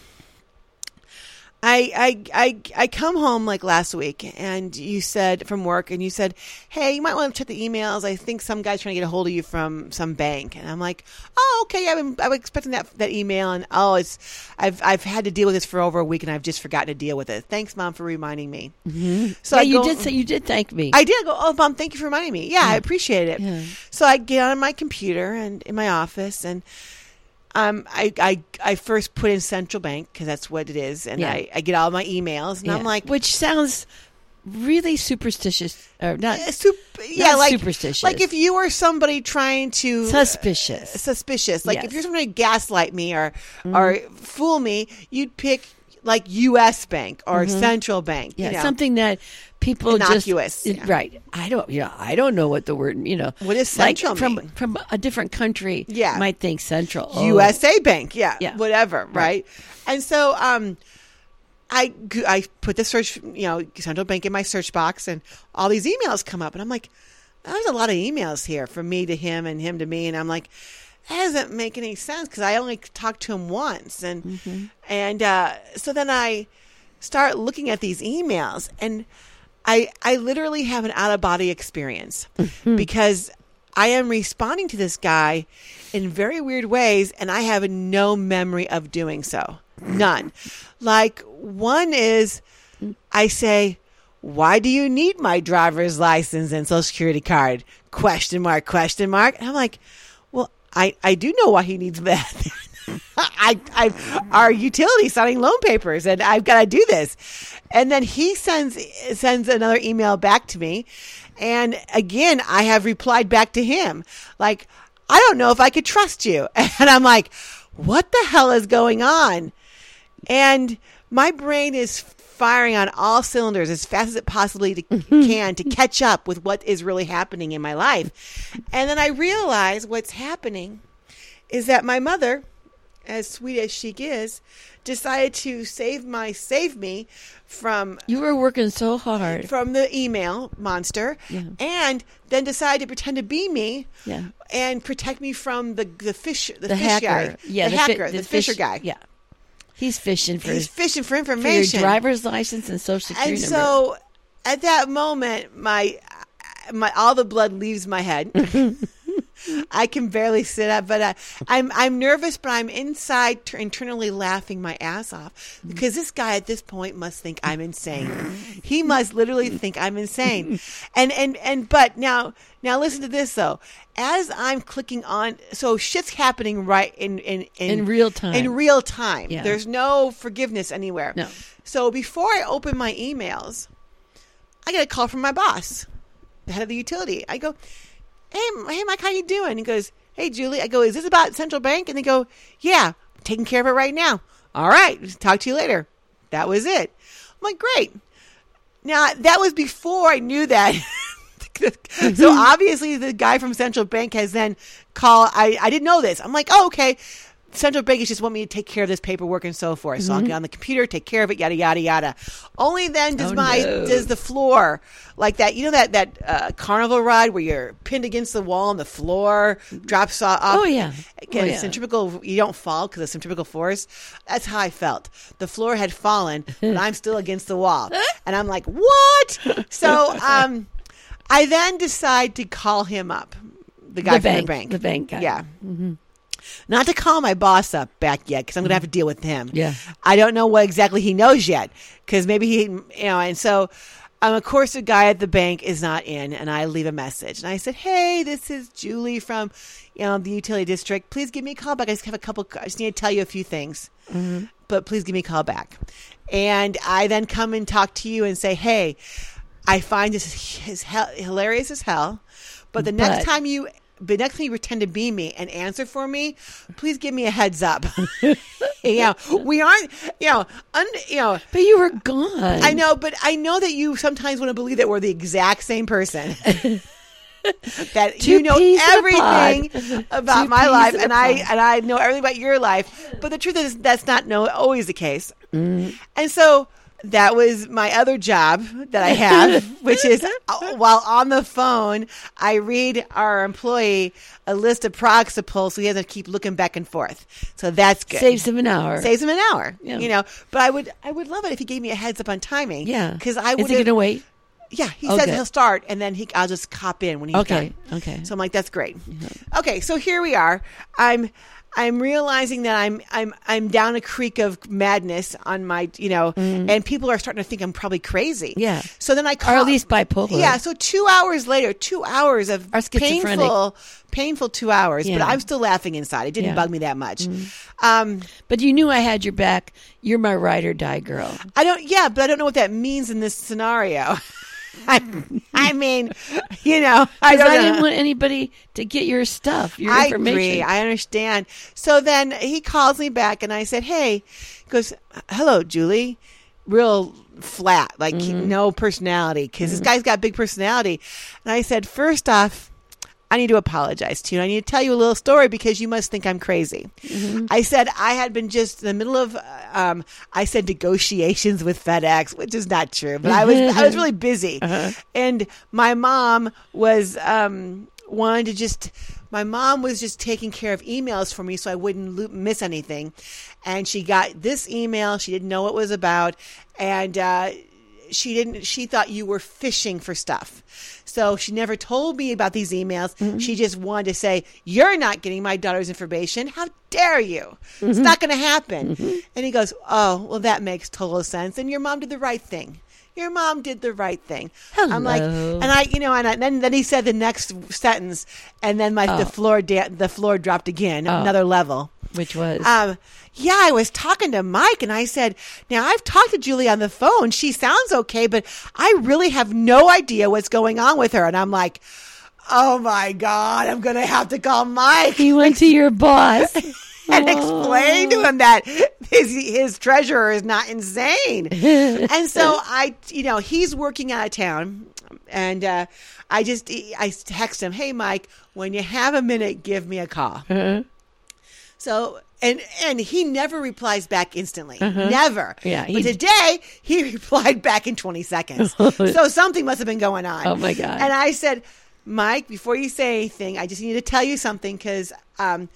[SPEAKER 1] I, I I I come home like last week, and you said from work, and you said, "Hey, you might want to check the emails. I think some guy's trying to get a hold of you from some bank." And I'm like, "Oh, okay. I've been I was expecting that that email, and oh, it's I've I've had to deal with this for over a week, and I've just forgotten to deal with it. Thanks, mom, for reminding me." Mm-hmm. So
[SPEAKER 2] Yeah,
[SPEAKER 1] I
[SPEAKER 2] you
[SPEAKER 1] go-
[SPEAKER 2] did say you did thank me.
[SPEAKER 1] I did. I go, oh, mom, thank you for reminding me. Yeah, I appreciate it.
[SPEAKER 2] Yeah.
[SPEAKER 1] So I get on my computer and in my office, and um, I, I, I first put in Central Bank because that's what it is, and
[SPEAKER 2] Yeah.
[SPEAKER 1] I, I get all my emails, and
[SPEAKER 2] Yeah.
[SPEAKER 1] I'm like,
[SPEAKER 2] which sounds really superstitious or not
[SPEAKER 1] eh, sup- yeah, like
[SPEAKER 2] superstitious.
[SPEAKER 1] Like if you were somebody trying to uh,
[SPEAKER 2] suspicious.
[SPEAKER 1] suspicious. Like if
[SPEAKER 2] Yes. Mm-hmm.
[SPEAKER 1] you're somebody to gaslight me or or fool me, you'd pick like U.S. Bank or Central Bank.
[SPEAKER 2] Mm-hmm. Yeah,
[SPEAKER 1] you know.
[SPEAKER 2] something that people
[SPEAKER 1] Innocuous,
[SPEAKER 2] just it-
[SPEAKER 1] yeah.
[SPEAKER 2] right. I don't. Yeah, I don't know what the word. You know,
[SPEAKER 1] What does
[SPEAKER 2] like
[SPEAKER 1] central
[SPEAKER 2] from
[SPEAKER 1] mean?
[SPEAKER 2] from a different country?
[SPEAKER 1] Yeah.
[SPEAKER 2] might think central. Oh,
[SPEAKER 1] USA Bank, yeah,
[SPEAKER 2] Yeah.
[SPEAKER 1] whatever, right. And so, um, I go- I put the search, you know, central bank in my search box, and all these emails come up, and I'm like, there's a lot of emails here from me to him and him to me, and I'm like, that doesn't make any sense because I only talked to him once, and
[SPEAKER 2] Mm-hmm.
[SPEAKER 1] and uh, so then I start looking at these emails, and I I literally have an out of body experience
[SPEAKER 2] Mm-hmm.
[SPEAKER 1] because I am responding to this guy in very weird ways, and I have no memory of doing so. None. Like, one is I say, why do you need my driver's license and social security card? Question mark, question mark. And I'm like, well, I, I do know why he needs that. I, I, our utility signing loan papers, and I've got to do this. And then he sends sends another email back to me, and again I have replied back to him like, I don't know if I could trust you, and I'm like, what the hell is going on? and my brain is firing on all cylinders as fast as it possibly to,
[SPEAKER 2] Mm-hmm.
[SPEAKER 1] can to catch up with what is really happening in my life. And then I realize what's happening is that my mother, as sweet as she is, decided to save my save me from
[SPEAKER 2] You were working so hard.
[SPEAKER 1] from the email monster
[SPEAKER 2] Yeah.
[SPEAKER 1] and then decided to pretend to be me
[SPEAKER 2] Yeah.
[SPEAKER 1] and protect me from the the fish the,
[SPEAKER 2] The
[SPEAKER 1] fish
[SPEAKER 2] hacker.
[SPEAKER 1] guy
[SPEAKER 2] Yeah,
[SPEAKER 1] the,
[SPEAKER 2] fi-
[SPEAKER 1] hacker the,
[SPEAKER 2] fish-
[SPEAKER 1] fisher guy
[SPEAKER 2] Yeah, he's fishing for,
[SPEAKER 1] he's
[SPEAKER 2] his,
[SPEAKER 1] fishing for
[SPEAKER 2] for your
[SPEAKER 1] information
[SPEAKER 2] driver's license and social security
[SPEAKER 1] and
[SPEAKER 2] number.
[SPEAKER 1] so at that moment my my all the blood leaves my head i can barely sit up but I, i'm i'm nervous but i'm inside t- internally laughing my ass off because this guy at this point must think i'm insane he must literally think i'm insane and and and but now now listen to this though as i'm clicking on so shit's happening right in in in,
[SPEAKER 2] In real time.
[SPEAKER 1] in real time
[SPEAKER 2] Yeah.
[SPEAKER 1] there's no forgiveness anywhere
[SPEAKER 2] No.
[SPEAKER 1] so before I open my emails, I get a call from my boss, the head of the utility. I go, hey, M- hey, Mike, how you doing? He goes, hey, Julie. I go, is this about central bank? And they go, yeah, taking care of it right now. All right, talk to you later. That was it. I'm like, great. Now that was before I knew that. so obviously the guy from Central Bank has then called. I I didn't know this. I'm like, oh okay. Central Bank is just want me to take care of this paperwork and so forth. So I'll get on the computer, take care of it, yada yada yada. Only then does
[SPEAKER 2] Mm-hmm. Oh,
[SPEAKER 1] my
[SPEAKER 2] no.
[SPEAKER 1] does the floor like that. You know that that uh, carnival ride where you're pinned against the wall and the floor drops off.
[SPEAKER 2] Oh, yeah.
[SPEAKER 1] Again,
[SPEAKER 2] Oh, yeah.
[SPEAKER 1] centripetal. You don't fall because of centripetal force. That's how I felt. The floor had fallen, but I'm still against the wall, and I'm like, what? So, um, I then decide to call him up, the guy
[SPEAKER 2] The
[SPEAKER 1] from
[SPEAKER 2] bank,
[SPEAKER 1] the bank,
[SPEAKER 2] the bank guy. Mm-hmm.
[SPEAKER 1] Yeah. Not to call my boss up back yet because I'm going to have to deal with him.
[SPEAKER 2] Yeah.
[SPEAKER 1] I don't know what exactly he knows yet because maybe he, you know, and so. Um, of course, the guy at the bank is not in, and I leave a message. And I said, "Hey, this is Julie from, you know, the utility district. Please give me a call back. I just have a couple. I just need to tell you a few things, but please give me a call back." And I then come and talk to you and say, "Hey, I find this is hell, hilarious as hell, but the next
[SPEAKER 2] But-
[SPEAKER 1] time you, but next time you pretend to be me and answer for me, please give me a heads up." you know, we aren't, you know, un, you know,
[SPEAKER 2] But you were gone.
[SPEAKER 1] I know, but I know that you sometimes want to believe that we're the exact same person. that you
[SPEAKER 2] Two
[SPEAKER 1] know
[SPEAKER 2] peas in a
[SPEAKER 1] everything
[SPEAKER 2] pod.
[SPEAKER 1] about
[SPEAKER 2] Two
[SPEAKER 1] my
[SPEAKER 2] peas
[SPEAKER 1] life,
[SPEAKER 2] in a
[SPEAKER 1] and I
[SPEAKER 2] pod.
[SPEAKER 1] and I know everything about your life. But the truth is, that's not no always the case.
[SPEAKER 2] Mm.
[SPEAKER 1] And so that was my other job that I have, which is uh, while on the phone, I read our employee a list of products to pull, so he doesn't keep looking back and forth. So that's good
[SPEAKER 2] Saves him an hour.
[SPEAKER 1] saves him an hour.
[SPEAKER 2] Yeah.
[SPEAKER 1] You know, but I would I would love it if he gave me a heads up on timing.
[SPEAKER 2] yeah.
[SPEAKER 1] because I
[SPEAKER 2] Is
[SPEAKER 1] would.
[SPEAKER 2] he going to wait?
[SPEAKER 1] Yeah, he
[SPEAKER 2] Oh,
[SPEAKER 1] says
[SPEAKER 2] good.
[SPEAKER 1] he'll start, and then he I'll just cop in when he's
[SPEAKER 2] Okay.
[SPEAKER 1] done.
[SPEAKER 2] Okay.
[SPEAKER 1] So I'm like, that's great. Okay, so here we are. I'm I'm realizing that I'm I'm I'm down a creek of madness on my you know, and people are starting to think I'm probably crazy.
[SPEAKER 2] Mm. Yeah.
[SPEAKER 1] So then I call,
[SPEAKER 2] or at least bipolar.
[SPEAKER 1] yeah. So two hours later, two hours of
[SPEAKER 2] Or schizophrenic.
[SPEAKER 1] painful painful two hours, but
[SPEAKER 2] Yeah.
[SPEAKER 1] I'm still laughing inside. It didn't
[SPEAKER 2] Yeah. Mm.
[SPEAKER 1] bug me that much. Um,
[SPEAKER 2] But you knew I had your back. You're my ride or die girl.
[SPEAKER 1] I don't. Yeah, but I don't know what that means in this scenario. I, I mean, you know, I
[SPEAKER 2] Because
[SPEAKER 1] don't
[SPEAKER 2] I,
[SPEAKER 1] know.
[SPEAKER 2] didn't want anybody to get your stuff, your
[SPEAKER 1] I
[SPEAKER 2] information.
[SPEAKER 1] agree. I understand. So then he calls me back, and I said, "Hey," he goes, "Hello, Julie." Real flat, like
[SPEAKER 2] Mm-hmm.
[SPEAKER 1] no personality, because this guy's got big personality. And I said, first off, I need to apologize to you. I need to tell you a little story because you must think I'm crazy.
[SPEAKER 2] Mm-hmm.
[SPEAKER 1] I said I had been just in the middle of, uh, um, I said negotiations with FedEx, which is not true, but I was I was really busy, and my mom was um, wanted to just. My mom was just taking care of emails for me so I wouldn't loop, miss anything. And she got this email. She didn't know what it was about. And uh, she didn't she thought you were fishing for stuff so she never told me about these emails she just wanted to say you're not getting my daughter's information how dare you it's not going to happen and he goes oh well that makes total sense and your mom did the right thing your mom did the right thing i'm like
[SPEAKER 2] Hello.
[SPEAKER 1] and i you know and, I, then then he said the next sentence and then my the floor da- the floor dropped again another level
[SPEAKER 2] Which was.
[SPEAKER 1] um, yeah, I was talking to Mike and I said, now I've talked to Julie on the phone. She sounds okay, but I really have no idea what's going on with her. And I'm like, oh my God, I'm going to have to call Mike
[SPEAKER 2] he went to your boss.
[SPEAKER 1] and explain to him that his, his treasurer is not insane. and so I, you know, he's working out of town. And uh, I just, e, I text him, hey, Mike, when you have a minute, give me a call.
[SPEAKER 2] Uh-huh.
[SPEAKER 1] So and and he never replies back instantly. Never.
[SPEAKER 2] Uh-huh. Yeah,
[SPEAKER 1] But
[SPEAKER 2] he-
[SPEAKER 1] today he replied back in 20 seconds. so something must have been going on.
[SPEAKER 2] Oh, my God.
[SPEAKER 1] And I said, Mike, before you say anything, I just need to tell you something because um,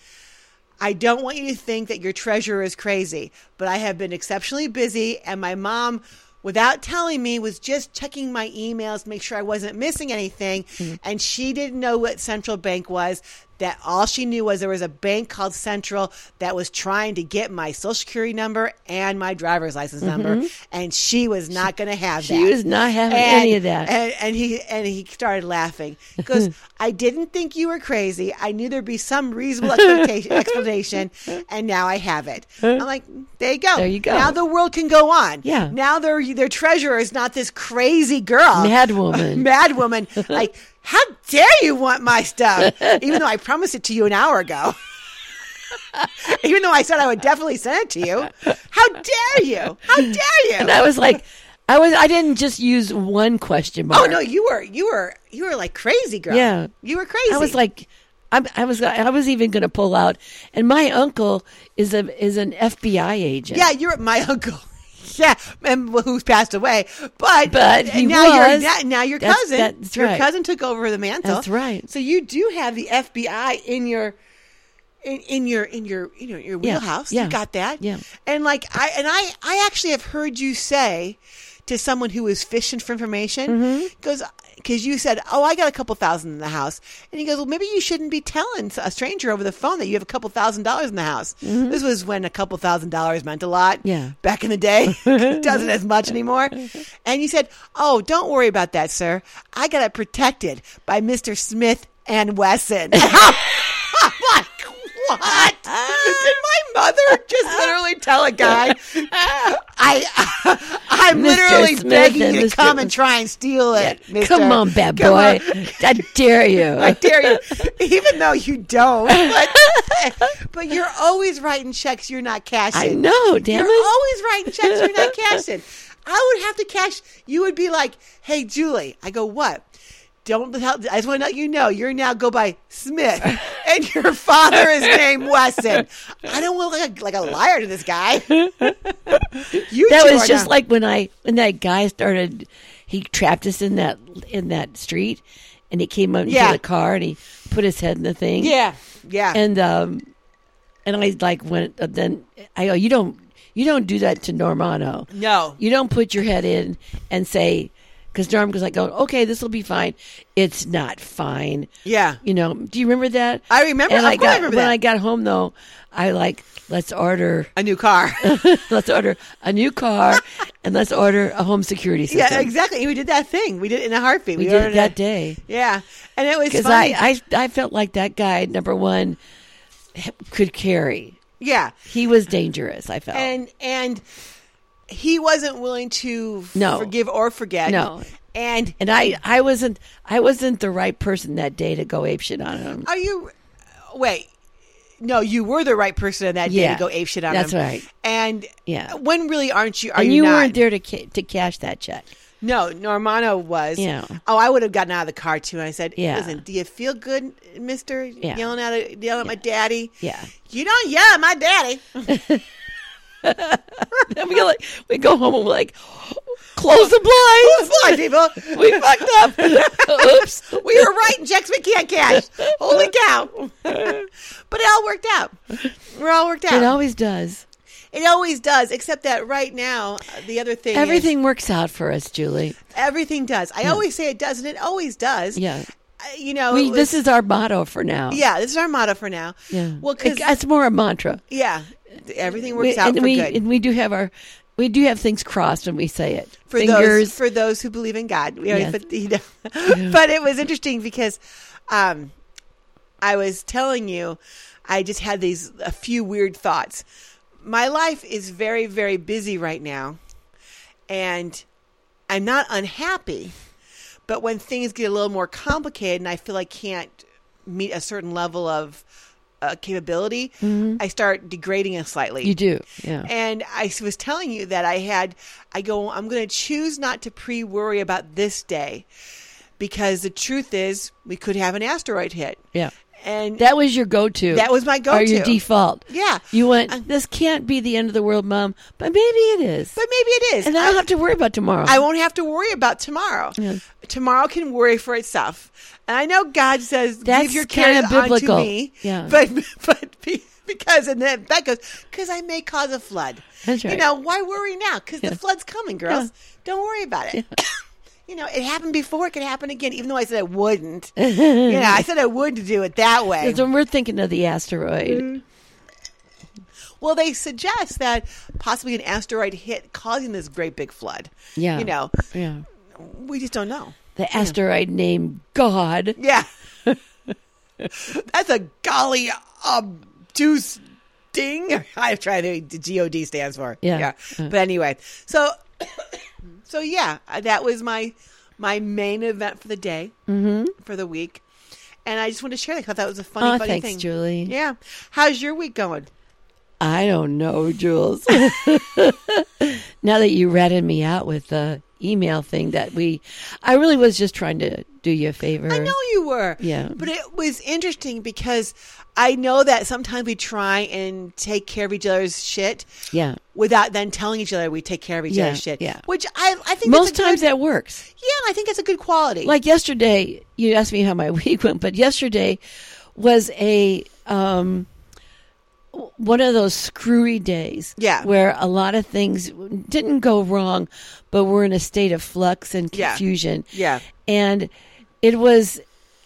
[SPEAKER 1] I don't want you to think that your treasurer is crazy. But I have been exceptionally busy, and my mom. Without telling me, was just checking
[SPEAKER 2] Mm-hmm.
[SPEAKER 1] my emails, make sure I wasn't missing anything, and she didn't know what central bank was. that all she knew was there was a bank called Central that was trying to get my social security number and my driver's license number, and she was not going to have that.
[SPEAKER 2] Mm-hmm. She was not having
[SPEAKER 1] And-
[SPEAKER 2] any of that.
[SPEAKER 1] And, and he and he started laughing because I didn't think you were crazy. I knew there'd be some reasonable expectation, explanation, and now I have it. I'm like, there you go.
[SPEAKER 2] There you go.
[SPEAKER 1] Now the world can go on.
[SPEAKER 2] Yeah.
[SPEAKER 1] Now their their treasurer is not this crazy girl,
[SPEAKER 2] Mad woman.
[SPEAKER 1] mad woman. like, how dare you want my stuff? Even though I promised it to you an hour ago. Even though I said I would definitely send it to you, how dare you? How dare you?
[SPEAKER 2] And I was like, I was I didn't just use one question mark.
[SPEAKER 1] Oh no, you were you were you were like crazy girl.
[SPEAKER 2] Yeah.
[SPEAKER 1] you were crazy.
[SPEAKER 2] I was like, I, I was I was even going to pull out. And my uncle is a is an FBI agent.
[SPEAKER 1] yeah, you're my uncle. yeah, and who's passed away. But
[SPEAKER 2] But he
[SPEAKER 1] now you're
[SPEAKER 2] was.
[SPEAKER 1] now, now your
[SPEAKER 2] That's-
[SPEAKER 1] cousin.
[SPEAKER 2] that's
[SPEAKER 1] your
[SPEAKER 2] right.
[SPEAKER 1] cousin took over the mantle.
[SPEAKER 2] That's right.
[SPEAKER 1] So you do have the FBI in your. In, in your in your you know your
[SPEAKER 2] Yeah,
[SPEAKER 1] wheelhouse,
[SPEAKER 2] yeah,
[SPEAKER 1] you got that.
[SPEAKER 2] yeah.
[SPEAKER 1] And like I and I I actually have heard you say to someone who is fishing for information because because you said oh I got a couple thousand in the house and he goes well maybe you shouldn't be telling a stranger over the phone that you have a couple thousand dollars in the house. This was when a couple thousand dollars meant a lot
[SPEAKER 2] Yeah.
[SPEAKER 1] back in the day. it doesn't as much anymore. And you said, Oh, don't worry about that, sir. I got it protected by Mr. Smith and Wesson. what? What? Did my mother just literally tell a guy, I, I'm
[SPEAKER 2] Mr.
[SPEAKER 1] literally
[SPEAKER 2] Smith
[SPEAKER 1] begging
[SPEAKER 2] and
[SPEAKER 1] you to
[SPEAKER 2] Mr.
[SPEAKER 1] come and try and steal it, mister.
[SPEAKER 2] Come on, bad
[SPEAKER 1] Come
[SPEAKER 2] boy.
[SPEAKER 1] on.
[SPEAKER 2] I dare
[SPEAKER 1] I
[SPEAKER 2] you.
[SPEAKER 1] dare you, even though you don't. But, but you're always writing checks you're not cashing.
[SPEAKER 2] I know, damn
[SPEAKER 1] You're
[SPEAKER 2] it.
[SPEAKER 1] always writing checks you're not cashing. I would have to cash. You would be like, "Hey, Julie." I go, "What?" Don't tell. I just want to let you know you're now go by Smith, and your father is named Wesson. I don't want to look like, like a liar to this guy. you
[SPEAKER 2] That
[SPEAKER 1] two
[SPEAKER 2] was
[SPEAKER 1] are
[SPEAKER 2] just
[SPEAKER 1] now-
[SPEAKER 2] like when I when that guy started he trapped us in that in that street and he came up
[SPEAKER 1] Yeah.
[SPEAKER 2] into the car and he put his head in the thing.
[SPEAKER 1] yeah, yeah.
[SPEAKER 2] And um and I like went uh, then I go, You don't you don't do that to Normano.
[SPEAKER 1] no,
[SPEAKER 2] You don't put your head in and say, because Norm was like, going, okay, this will be fine. It's not fine.
[SPEAKER 1] yeah.
[SPEAKER 2] You know, do you remember that?
[SPEAKER 1] I remember-
[SPEAKER 2] And
[SPEAKER 1] of
[SPEAKER 2] I
[SPEAKER 1] course I
[SPEAKER 2] got,
[SPEAKER 1] remember
[SPEAKER 2] when
[SPEAKER 1] that.
[SPEAKER 2] I got home, though, I like, let's order,
[SPEAKER 1] A new car.
[SPEAKER 2] let's order a new car and let's order a home security system.
[SPEAKER 1] Yeah, exactly. We did that thing. We did it in a heartbeat.
[SPEAKER 2] We did
[SPEAKER 1] ordered
[SPEAKER 2] it that
[SPEAKER 1] a-
[SPEAKER 2] day.
[SPEAKER 1] Yeah, and it was
[SPEAKER 2] Because
[SPEAKER 1] funny.
[SPEAKER 2] I, I, I felt like that guy, number one, could carry.
[SPEAKER 1] yeah,
[SPEAKER 2] He was dangerous, I felt.
[SPEAKER 1] and and he wasn't willing to
[SPEAKER 2] No.
[SPEAKER 1] forgive or forget.
[SPEAKER 2] No.
[SPEAKER 1] and
[SPEAKER 2] and I, I wasn't I wasn't the right person that day to go apeshit on him.
[SPEAKER 1] are you? Wait, no, you were the right person on that day
[SPEAKER 2] Yeah,
[SPEAKER 1] to go ape shit on
[SPEAKER 2] that's
[SPEAKER 1] him.
[SPEAKER 2] right.
[SPEAKER 1] And
[SPEAKER 2] Yeah.
[SPEAKER 1] when really aren't you? Are
[SPEAKER 2] and
[SPEAKER 1] you,
[SPEAKER 2] you,
[SPEAKER 1] not?
[SPEAKER 2] weren't there to ca- to cash that check.
[SPEAKER 1] No, Normano was.
[SPEAKER 2] Yeah.
[SPEAKER 1] Oh, I would have gotten out of the car too. And I said,
[SPEAKER 2] Yeah.
[SPEAKER 1] Listen, do you feel good, Mister?
[SPEAKER 2] Yeah.
[SPEAKER 1] Yelling at a, yelling at my daddy.
[SPEAKER 2] Yeah.
[SPEAKER 1] You don't yell at my daddy.
[SPEAKER 2] And we go like we go home and we're like, close the blinds.
[SPEAKER 1] Come on, people.
[SPEAKER 2] we fucked up. Oops.
[SPEAKER 1] We were writing checks we can't cash. Holy cow. but it all worked out. We're all worked out.
[SPEAKER 2] It always does.
[SPEAKER 1] it always does, except that right now, uh, the other thing is-
[SPEAKER 2] Everything works out for us, Julie.
[SPEAKER 1] everything does. I always say it does, and it always does.
[SPEAKER 2] Yeah.
[SPEAKER 1] Uh, you know,
[SPEAKER 2] We,
[SPEAKER 1] it
[SPEAKER 2] this
[SPEAKER 1] was-
[SPEAKER 2] is our motto for now.
[SPEAKER 1] yeah, this is our motto for now.
[SPEAKER 2] Yeah.
[SPEAKER 1] Well, because,
[SPEAKER 2] that's more a mantra.
[SPEAKER 1] yeah, everything works
[SPEAKER 2] We,
[SPEAKER 1] out
[SPEAKER 2] and
[SPEAKER 1] for
[SPEAKER 2] we
[SPEAKER 1] good.
[SPEAKER 2] and we do have our we do have things crossed when we say it.
[SPEAKER 1] for
[SPEAKER 2] Fingers.
[SPEAKER 1] those for those who believe in God. We already
[SPEAKER 2] Yes.
[SPEAKER 1] put, you know, but it was interesting because um, I was telling you, I just had these a few weird thoughts. My life is very very busy right now, and I'm not unhappy, but when things get a little more complicated and I feel I can't meet a certain level of uh, capability, I start degrading it slightly.
[SPEAKER 2] Mm-hmm. you do. Yeah.
[SPEAKER 1] And I s- was telling you that I had, I go, I'm going to choose not to pre worry about this day because the truth is we could have an asteroid hit.
[SPEAKER 2] yeah.
[SPEAKER 1] And
[SPEAKER 2] That was your go to.
[SPEAKER 1] That was my
[SPEAKER 2] Or
[SPEAKER 1] go-to.
[SPEAKER 2] your default.
[SPEAKER 1] Yeah. Uh,
[SPEAKER 2] You went, this can't be the end of the world, Mom, but maybe it is.
[SPEAKER 1] but maybe it is.
[SPEAKER 2] and I don't have to worry about tomorrow.
[SPEAKER 1] I won't have to worry about tomorrow. Tomorrow can worry for itself. And I know God says,
[SPEAKER 2] That's
[SPEAKER 1] "Give your
[SPEAKER 2] kinda
[SPEAKER 1] cares unto
[SPEAKER 2] biblical.
[SPEAKER 1] me."
[SPEAKER 2] Yeah.
[SPEAKER 1] But but be- because and then that goes because I may cause a flood.
[SPEAKER 2] That's
[SPEAKER 1] You
[SPEAKER 2] right.
[SPEAKER 1] know why worry now? Because the flood's coming, girls. Don't worry about it. you know, it happened before, it could happen again, even though I said I wouldn't. you know, I said I wouldn't Mm-hmm. do it that way.
[SPEAKER 2] Because when we're thinking of the asteroid,
[SPEAKER 1] Well, they suggest that possibly an asteroid hit causing this great big flood.
[SPEAKER 2] yeah,
[SPEAKER 1] You know,
[SPEAKER 2] yeah,
[SPEAKER 1] we just don't know.
[SPEAKER 2] the asteroid named God.
[SPEAKER 1] Yeah. That's a golly obtuse ding. I try to the G-O-D stands for.
[SPEAKER 2] Yeah.
[SPEAKER 1] But anyway, so so yeah, that was my my main event for the day
[SPEAKER 2] Mm-hmm.
[SPEAKER 1] for the week, and I just wanted to share that 'cause I thought that was a funny,
[SPEAKER 2] Oh,
[SPEAKER 1] funny
[SPEAKER 2] thanks,
[SPEAKER 1] thing.
[SPEAKER 2] Julie.
[SPEAKER 1] Yeah. How's your week going?
[SPEAKER 2] I don't know, Jules. now that you ratted me out with the email thing that we, I really was just trying to do you a favor.
[SPEAKER 1] I know you were.
[SPEAKER 2] Yeah.
[SPEAKER 1] But it was interesting because I know that sometimes we try and take care of each other's shit
[SPEAKER 2] Yeah.
[SPEAKER 1] without then telling each other we take care of each
[SPEAKER 2] Yeah,
[SPEAKER 1] other's shit.
[SPEAKER 2] yeah.
[SPEAKER 1] Which I, I think
[SPEAKER 2] Most
[SPEAKER 1] that's a
[SPEAKER 2] times
[SPEAKER 1] good,
[SPEAKER 2] that works.
[SPEAKER 1] yeah, I think that's a good quality.
[SPEAKER 2] like yesterday you asked me how my week went but yesterday was a um w- one of those screwy days
[SPEAKER 1] Yeah.
[SPEAKER 2] where a lot of things didn't go wrong but we're in a state of flux and
[SPEAKER 1] Yeah.
[SPEAKER 2] confusion
[SPEAKER 1] yeah,
[SPEAKER 2] and it was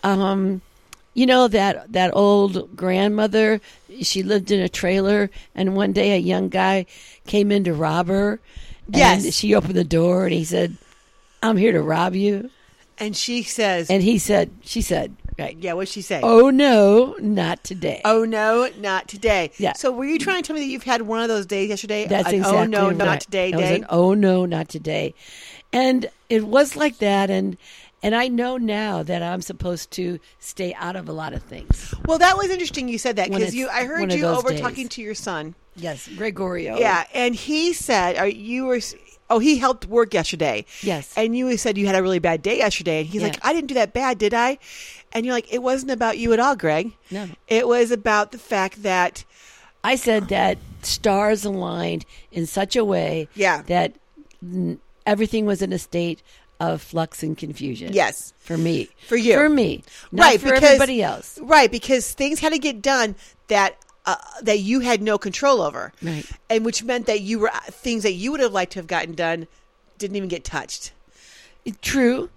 [SPEAKER 2] um you know that that old grandmother she lived in a trailer and one day a young guy came in to rob her and
[SPEAKER 1] Yes.
[SPEAKER 2] she opened the door and he said i'm here to rob you
[SPEAKER 1] and she says,
[SPEAKER 2] and he said, she said, right,
[SPEAKER 1] yeah, what'd she say?
[SPEAKER 2] oh no, not today.
[SPEAKER 1] Oh, no, not today.
[SPEAKER 2] Yeah.
[SPEAKER 1] So were you trying to tell me that you've had one of those days yesterday?
[SPEAKER 2] That's
[SPEAKER 1] an,
[SPEAKER 2] exactly
[SPEAKER 1] Oh no,
[SPEAKER 2] right.
[SPEAKER 1] not today
[SPEAKER 2] That was
[SPEAKER 1] day.
[SPEAKER 2] an oh no, not today. And it was like that and and I know now that I'm supposed to stay out of a lot of things.
[SPEAKER 1] well, that was interesting. You said that
[SPEAKER 2] When
[SPEAKER 1] because
[SPEAKER 2] it's
[SPEAKER 1] you. I
[SPEAKER 2] one
[SPEAKER 1] heard
[SPEAKER 2] of
[SPEAKER 1] you
[SPEAKER 2] those
[SPEAKER 1] over
[SPEAKER 2] days.
[SPEAKER 1] talking to your son.
[SPEAKER 2] Yes, Gregorio.
[SPEAKER 1] Yeah, and he said, or you were, oh, he helped work yesterday.
[SPEAKER 2] Yes.
[SPEAKER 1] And you said you had a really bad day yesterday. And he's
[SPEAKER 2] Yeah.
[SPEAKER 1] like, I didn't do that bad, did I? And you're like, it wasn't about you at all, Greg.
[SPEAKER 2] No.
[SPEAKER 1] It was about the fact that,
[SPEAKER 2] I said that stars aligned in such a way
[SPEAKER 1] Yeah.
[SPEAKER 2] that n- everything was in a state of flux and confusion.
[SPEAKER 1] yes,
[SPEAKER 2] For me.
[SPEAKER 1] For you.
[SPEAKER 2] For me. Not
[SPEAKER 1] right,
[SPEAKER 2] for
[SPEAKER 1] because
[SPEAKER 2] everybody else.
[SPEAKER 1] Right, because things had to get done that. Uh, that you had no control over,
[SPEAKER 2] Right.
[SPEAKER 1] and which meant that you were uh, things that you would have liked to have gotten done didn't even get touched.
[SPEAKER 2] True,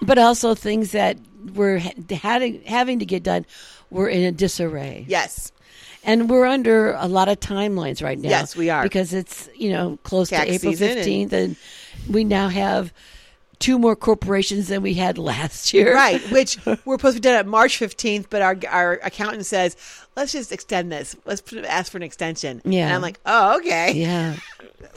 [SPEAKER 2] but also things that were ha- had, having to get done were in a disarray,
[SPEAKER 1] Yes,
[SPEAKER 2] and we're under a lot of timelines right now.
[SPEAKER 1] Yes, we are.
[SPEAKER 2] because it's you know close
[SPEAKER 1] Tax
[SPEAKER 2] to April
[SPEAKER 1] season and-
[SPEAKER 2] fifteenth, and, we now have two more corporations than we had last year.
[SPEAKER 1] Right, which we're supposed to be done at March 15th, but our our accountant says, let's just extend this. Let's put, ask for an extension.
[SPEAKER 2] Yeah.
[SPEAKER 1] And I'm like, oh, okay.
[SPEAKER 2] Yeah,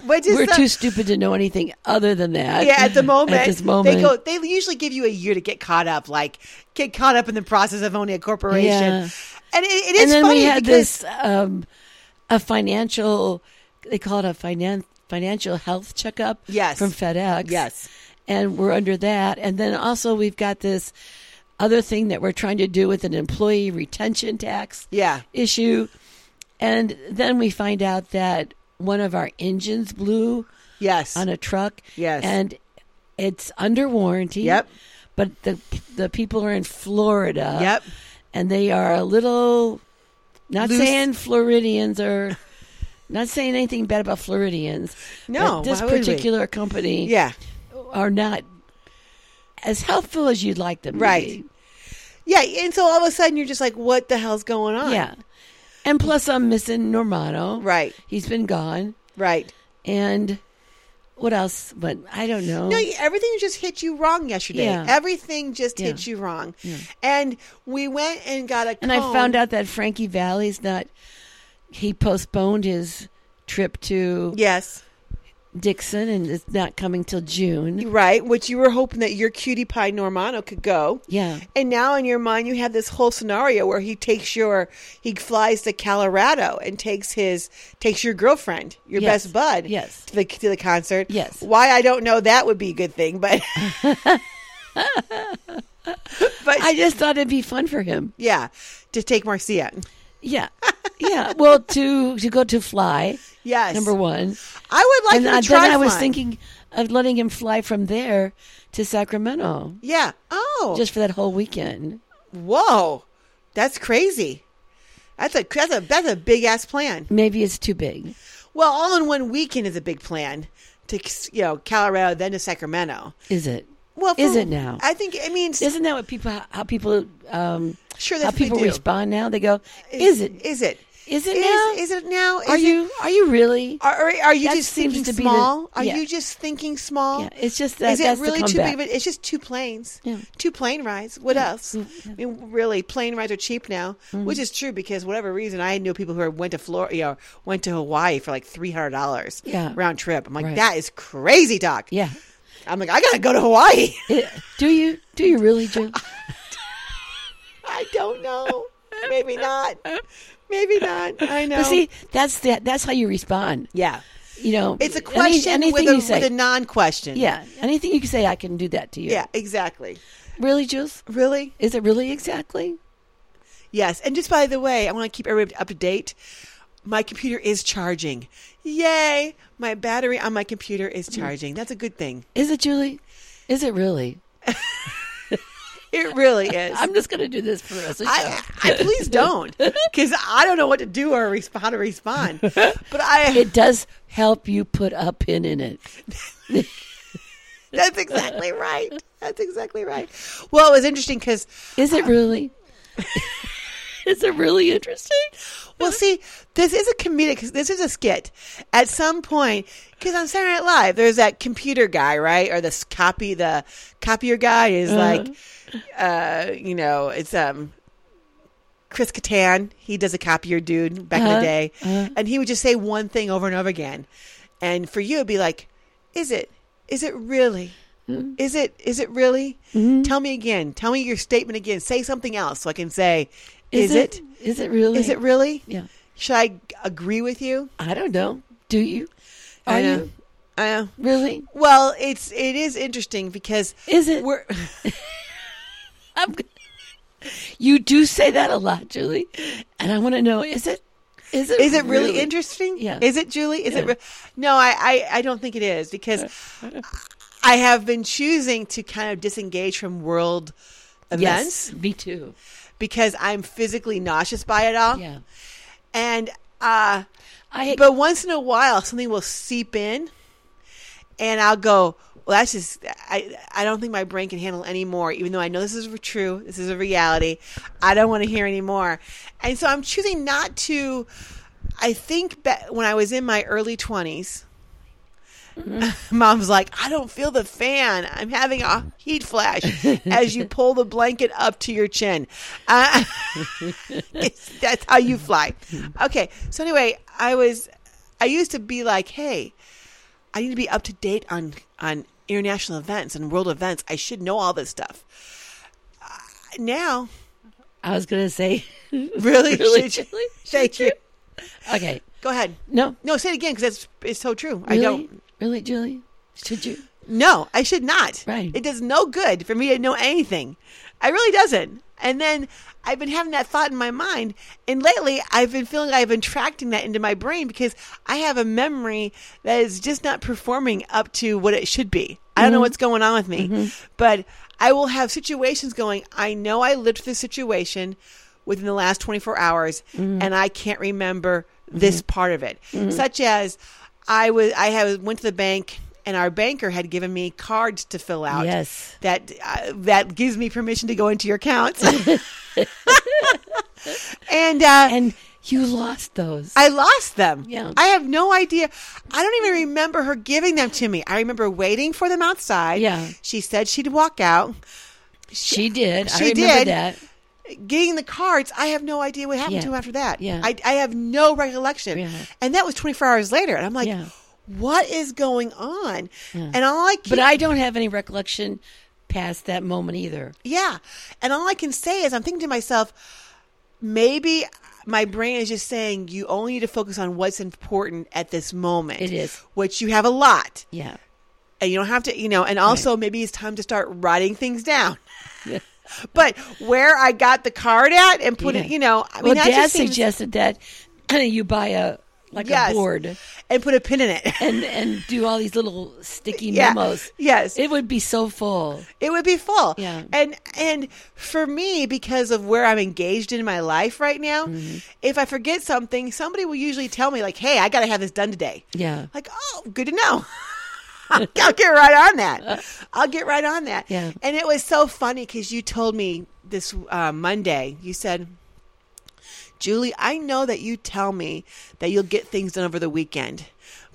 [SPEAKER 1] Which is
[SPEAKER 2] we're
[SPEAKER 1] the-
[SPEAKER 2] too stupid to know anything other than that.
[SPEAKER 1] yeah, at the moment,
[SPEAKER 2] at this moment,
[SPEAKER 1] they go. They usually give you a year to get caught up, like get caught up in the process of owning a corporation.
[SPEAKER 2] Yeah.
[SPEAKER 1] And it, it is
[SPEAKER 2] and then
[SPEAKER 1] funny
[SPEAKER 2] we had
[SPEAKER 1] because
[SPEAKER 2] this um, a financial they call it a finan- financial health checkup
[SPEAKER 1] Yes.
[SPEAKER 2] from FedEx
[SPEAKER 1] Yes.
[SPEAKER 2] and we're under that and then also we've got this other thing that we're trying to do with an employee retention tax
[SPEAKER 1] Yeah.
[SPEAKER 2] issue and then we find out that one of our engines blew
[SPEAKER 1] yes,
[SPEAKER 2] on a truck.
[SPEAKER 1] Yes.
[SPEAKER 2] and it's under warranty.
[SPEAKER 1] Yep.
[SPEAKER 2] But the the people are in Florida.
[SPEAKER 1] Yep.
[SPEAKER 2] and they are a little. Not
[SPEAKER 1] Loose.
[SPEAKER 2] saying Floridians are. Not saying anything bad about Floridians.
[SPEAKER 1] No,
[SPEAKER 2] but this
[SPEAKER 1] why would we?
[SPEAKER 2] particular company
[SPEAKER 1] yeah,
[SPEAKER 2] are not as helpful as you'd like them
[SPEAKER 1] Right.
[SPEAKER 2] to be.
[SPEAKER 1] yeah. And so all of a sudden, you're just like, what the hell's going on?
[SPEAKER 2] Yeah. And plus, I'm missing Normano.
[SPEAKER 1] Right.
[SPEAKER 2] He's been gone.
[SPEAKER 1] Right.
[SPEAKER 2] And what else? But I don't know.
[SPEAKER 1] No, you- everything just hit you wrong yesterday.
[SPEAKER 2] Oh. Yeah.
[SPEAKER 1] Everything just
[SPEAKER 2] Yeah.
[SPEAKER 1] hit you wrong. And we went and got a
[SPEAKER 2] And I found out that Frankie Valley's not. He postponed his trip to
[SPEAKER 1] Yes.
[SPEAKER 2] Dixon, and it's not coming till June.
[SPEAKER 1] Right, which you were hoping that your cutie pie Normano could go.
[SPEAKER 2] Yeah,
[SPEAKER 1] And now in your mind you have this whole scenario where he takes your he flies to Colorado and takes his takes your girlfriend, your
[SPEAKER 2] Yes.
[SPEAKER 1] best bud
[SPEAKER 2] Yes.
[SPEAKER 1] to the to the concert.
[SPEAKER 2] Yes.
[SPEAKER 1] Why I don't know that would be a good thing, but But
[SPEAKER 2] I just thought it'd be fun for him.
[SPEAKER 1] yeah, to take Marcia.
[SPEAKER 2] Yeah, yeah. Well, to to go to fly
[SPEAKER 1] Yes.
[SPEAKER 2] number one,
[SPEAKER 1] I would like
[SPEAKER 2] and
[SPEAKER 1] him
[SPEAKER 2] uh,
[SPEAKER 1] to try
[SPEAKER 2] then I was
[SPEAKER 1] flying.
[SPEAKER 2] thinking of letting him fly from there to Sacramento
[SPEAKER 1] Yeah. Oh.
[SPEAKER 2] just for that whole weekend.
[SPEAKER 1] Whoa, that's crazy. That's a that's a that's a big ass plan.
[SPEAKER 2] Maybe it's too big.
[SPEAKER 1] Well, all in one weekend is a big plan to you know Colorado then to Sacramento.
[SPEAKER 2] Is it?
[SPEAKER 1] Well, for-
[SPEAKER 2] is it now?
[SPEAKER 1] I think. I mean, s-
[SPEAKER 2] Isn't that what people how people um,
[SPEAKER 1] sure,
[SPEAKER 2] how
[SPEAKER 1] that's what they
[SPEAKER 2] people
[SPEAKER 1] do.
[SPEAKER 2] respond now? They go, "Is it?
[SPEAKER 1] Is it?
[SPEAKER 2] Is it
[SPEAKER 1] Is,
[SPEAKER 2] now?
[SPEAKER 1] is it now? Is
[SPEAKER 2] are
[SPEAKER 1] it-
[SPEAKER 2] you? Are you really?
[SPEAKER 1] Are, are, are you
[SPEAKER 2] That
[SPEAKER 1] just
[SPEAKER 2] seems
[SPEAKER 1] thinking
[SPEAKER 2] to be the-
[SPEAKER 1] small? are
[SPEAKER 2] yeah.
[SPEAKER 1] you just thinking small?
[SPEAKER 2] Yeah, it's just that.
[SPEAKER 1] Is it
[SPEAKER 2] that's the
[SPEAKER 1] really too
[SPEAKER 2] comeback.
[SPEAKER 1] big of it? It's just two planes,
[SPEAKER 2] Yeah.
[SPEAKER 1] two plane rides. What else? I mean, really, plane rides are cheap now,
[SPEAKER 2] Mm-hmm.
[SPEAKER 1] which is true because whatever reason, I knew people who went to Florida, you know, went to Hawaii for like three hundred dollars
[SPEAKER 2] Yeah.
[SPEAKER 1] round trip. I'm like,
[SPEAKER 2] Right.
[SPEAKER 1] that is crazy, doc.
[SPEAKER 2] Yeah.
[SPEAKER 1] I'm like, I gotta go to Hawaii.
[SPEAKER 2] It- do you? Do you really, Jill?
[SPEAKER 1] I don't know. Maybe not. Maybe not. I know.
[SPEAKER 2] But see, that's the, that's how you respond.
[SPEAKER 1] yeah,
[SPEAKER 2] You know,
[SPEAKER 1] it's a
[SPEAKER 2] any-
[SPEAKER 1] question
[SPEAKER 2] anything you
[SPEAKER 1] with, a,
[SPEAKER 2] say.
[SPEAKER 1] with a non-question.
[SPEAKER 2] yeah, anything you can say, I can do that to you.
[SPEAKER 1] yeah, exactly.
[SPEAKER 2] Really, Jules?
[SPEAKER 1] Really?
[SPEAKER 2] Is it really exactly?
[SPEAKER 1] Yes. And just by the way, I want to keep everybody up to date. My computer is charging. Yay! My battery on my computer is
[SPEAKER 2] Mm.
[SPEAKER 1] charging. That's a good thing.
[SPEAKER 2] Is it, Julie? Is it really?
[SPEAKER 1] It really is.
[SPEAKER 2] I'm just going to do this for us.
[SPEAKER 1] I, I please don't, because I don't know what to do or resp- how to respond. But I,
[SPEAKER 2] it does help you put a pin in it.
[SPEAKER 1] that's exactly right. That's exactly right. Well, it was interesting because
[SPEAKER 2] Is it really? is it really interesting?
[SPEAKER 1] Well, see, this is a comedic. This is a skit. At some point, because on Saturday Night Live, there's that computer guy, right, or this copy the copier guy is like, uh, you know, it's um. Chris Kattan, he does a copier dude back in
[SPEAKER 2] Uh-huh,
[SPEAKER 1] the day, and he would just say one thing over and over again. And for you, it'd be like, "Is it? Is it really? Is it? Is it really? Tell me again. Tell me your statement again. Say something else so I can say, is, it?
[SPEAKER 2] Is it really?
[SPEAKER 1] Is it really?
[SPEAKER 2] Yeah.
[SPEAKER 1] Should I g- agree with you?
[SPEAKER 2] I don't know. Do you? Are
[SPEAKER 1] I uh, know.
[SPEAKER 2] you
[SPEAKER 1] I know.
[SPEAKER 2] really?
[SPEAKER 1] Well, it's it is interesting because
[SPEAKER 2] Is it?
[SPEAKER 1] we're
[SPEAKER 2] I'm, g- you do say that a lot, Julie, and I want to know: is it? Is it?
[SPEAKER 1] is it really, interesting?
[SPEAKER 2] Yeah.
[SPEAKER 1] Is it Julie? Is it?
[SPEAKER 2] Yeah.
[SPEAKER 1] Re- no, I, I I don't think it is because I have been choosing to kind of disengage from world events
[SPEAKER 2] Yes, me too.
[SPEAKER 1] because I'm physically nauseous by it all,
[SPEAKER 2] Yeah,
[SPEAKER 1] and uh,
[SPEAKER 2] I.
[SPEAKER 1] but once in a while something will seep in, and I'll go. Well, that's just I. I don't think my brain can handle any more. Even though I know this is true, this is a reality. I don't want to hear any more, and so I'm choosing not to. I think ba- when I was in my early 20s mom's like, I don't feel the fan. I'm having a heat flash as you pull the blanket up to your chin. Uh, it's, that's how you fly. Okay. So anyway, I was, I used to be like, hey, I need to be up to date on on international events and world events. I should know all this stuff. Uh, now,
[SPEAKER 2] I was gonna say,
[SPEAKER 1] really,
[SPEAKER 2] really,
[SPEAKER 1] Should-
[SPEAKER 2] Julie?
[SPEAKER 1] thank you.
[SPEAKER 2] Okay,
[SPEAKER 1] Go ahead.
[SPEAKER 2] no,
[SPEAKER 1] No, say it again because that's it's so true.
[SPEAKER 2] really,
[SPEAKER 1] I don't.
[SPEAKER 2] really, Julie. Should you?
[SPEAKER 1] No, I should not.
[SPEAKER 2] Right.
[SPEAKER 1] It does no good for me to know anything. I really doesn't. And then I've been having that thought in my mind, and lately I've been feeling I've been tracting that into my brain because I have a memory that is just not performing up to what it should be. I don't know what's going on with me, but I will have situations going. I know I lived through this situation within the last 24 hours, and I can't remember this part of it, such as I was I have went to the bank and our banker had given me cards to fill out.
[SPEAKER 2] Yes.
[SPEAKER 1] that uh, that gives me permission to go into your accounts. and uh,
[SPEAKER 2] And you lost those.
[SPEAKER 1] I lost them.
[SPEAKER 2] Yeah.
[SPEAKER 1] I have no idea. I don't even remember her giving them to me. I remember waiting for them outside.
[SPEAKER 2] Yeah.
[SPEAKER 1] she said she'd walk out.
[SPEAKER 2] she did.
[SPEAKER 1] she
[SPEAKER 2] I remember
[SPEAKER 1] did.
[SPEAKER 2] that.
[SPEAKER 1] Getting the cards, I have no idea what happened
[SPEAKER 2] Yeah.
[SPEAKER 1] to him after that.
[SPEAKER 2] Yeah.
[SPEAKER 1] I, I have no recollection.
[SPEAKER 2] Yeah.
[SPEAKER 1] And that was 24 hours later. And I'm like,
[SPEAKER 2] Yeah.
[SPEAKER 1] what is going on? And all I keep
[SPEAKER 2] But I don't have any recollection past that moment either.
[SPEAKER 1] Yeah. And all I can say is I'm thinking to myself, maybe my brain is just saying you only need to focus on what's important at this moment.
[SPEAKER 2] It is.
[SPEAKER 1] Which you have a lot.
[SPEAKER 2] Yeah.
[SPEAKER 1] And you don't have to, you know, and also maybe it's time to start writing things down. But where I got the card at and put it,
[SPEAKER 2] Yeah.
[SPEAKER 1] you know, I mean,
[SPEAKER 2] well,
[SPEAKER 1] that
[SPEAKER 2] Dad
[SPEAKER 1] just seems-
[SPEAKER 2] suggested that you buy a like
[SPEAKER 1] Yes.
[SPEAKER 2] a board
[SPEAKER 1] and put a pin in it.
[SPEAKER 2] and and do all these little sticky
[SPEAKER 1] Yeah.
[SPEAKER 2] memos.
[SPEAKER 1] Yes.
[SPEAKER 2] It would be so full.
[SPEAKER 1] it would be full.
[SPEAKER 2] Yeah.
[SPEAKER 1] And and for me, because of where I'm engaged in my life right now,
[SPEAKER 2] Mm-hmm.
[SPEAKER 1] if I forget something, somebody will usually tell me like, "Hey, I got to have this done today."
[SPEAKER 2] Yeah.
[SPEAKER 1] Like, oh, good to know. I'll get right on that. I'll get right on that.
[SPEAKER 2] Yeah.
[SPEAKER 1] And it was so funny because you told me this uh, Monday, you said, Julie, I know that you tell me that you'll get things done over the weekend,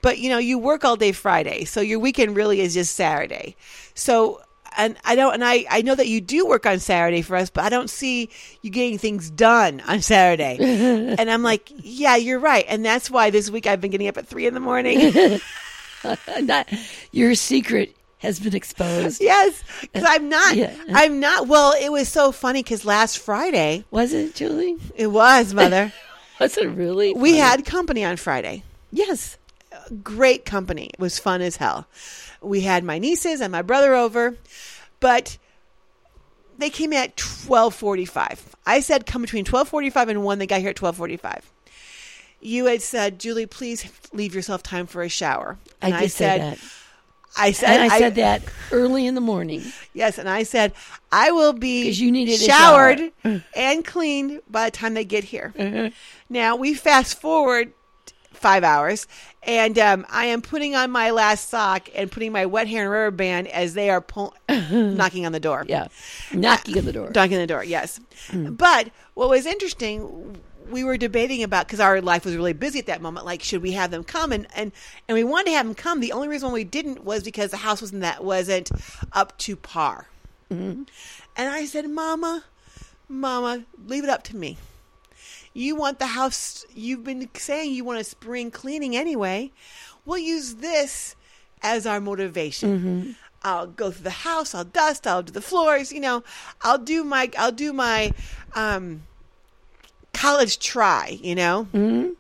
[SPEAKER 1] but you know, you work all day Friday, so your weekend really is just Saturday. So, and I don't, and I, I know that you do work on Saturday for us, but I don't see you getting things done on Saturday. and I'm like, yeah, you're right. And that's why this week I've been getting up at three in the morning.
[SPEAKER 2] Not, your secret has been exposed.
[SPEAKER 1] yes. Cause I'm not,
[SPEAKER 2] Yeah.
[SPEAKER 1] I'm not. Well, it was so funny because last Friday,
[SPEAKER 2] Was it, Julie?
[SPEAKER 1] it was, Mother,
[SPEAKER 2] Was it really?
[SPEAKER 1] we had company on Friday.
[SPEAKER 2] yes.
[SPEAKER 1] great company. It was fun as hell. We had my nieces and my brother over, but they came at 12:45. I said come between 12:45 and 1. They got here at 12:45. You had said, "Julie, please leave yourself time for a shower."
[SPEAKER 2] I did say
[SPEAKER 1] said,
[SPEAKER 2] that.
[SPEAKER 1] I said
[SPEAKER 2] And I, said that early in the morning.
[SPEAKER 1] Yes, and I said, "I will be
[SPEAKER 2] 'Cause you needed a shower.
[SPEAKER 1] showered and cleaned by the time they get here."
[SPEAKER 2] Mm-hmm.
[SPEAKER 1] Now we fast forward five hours, and um, I am putting on my last sock and putting my wet hair and rubber band as they are pull- knocking on the door.
[SPEAKER 2] Yeah. Knocking on the door.
[SPEAKER 1] Knocking on the door, yes. But what was interesting, we were debating about because our life was really busy at that moment. Like, should we have them come? And and and we wanted to have them come. The only reason why we didn't was because the house wasn't that wasn't up to par. And I said, Mama, Mama, leave it up to me. You want the house, you've been saying you want a spring cleaning anyway. We'll use this as our motivation. I'll go through the house, I'll dust, I'll do the floors, you know, I'll do my, I'll do my, um, college try, you know?
[SPEAKER 2] Mm-hmm.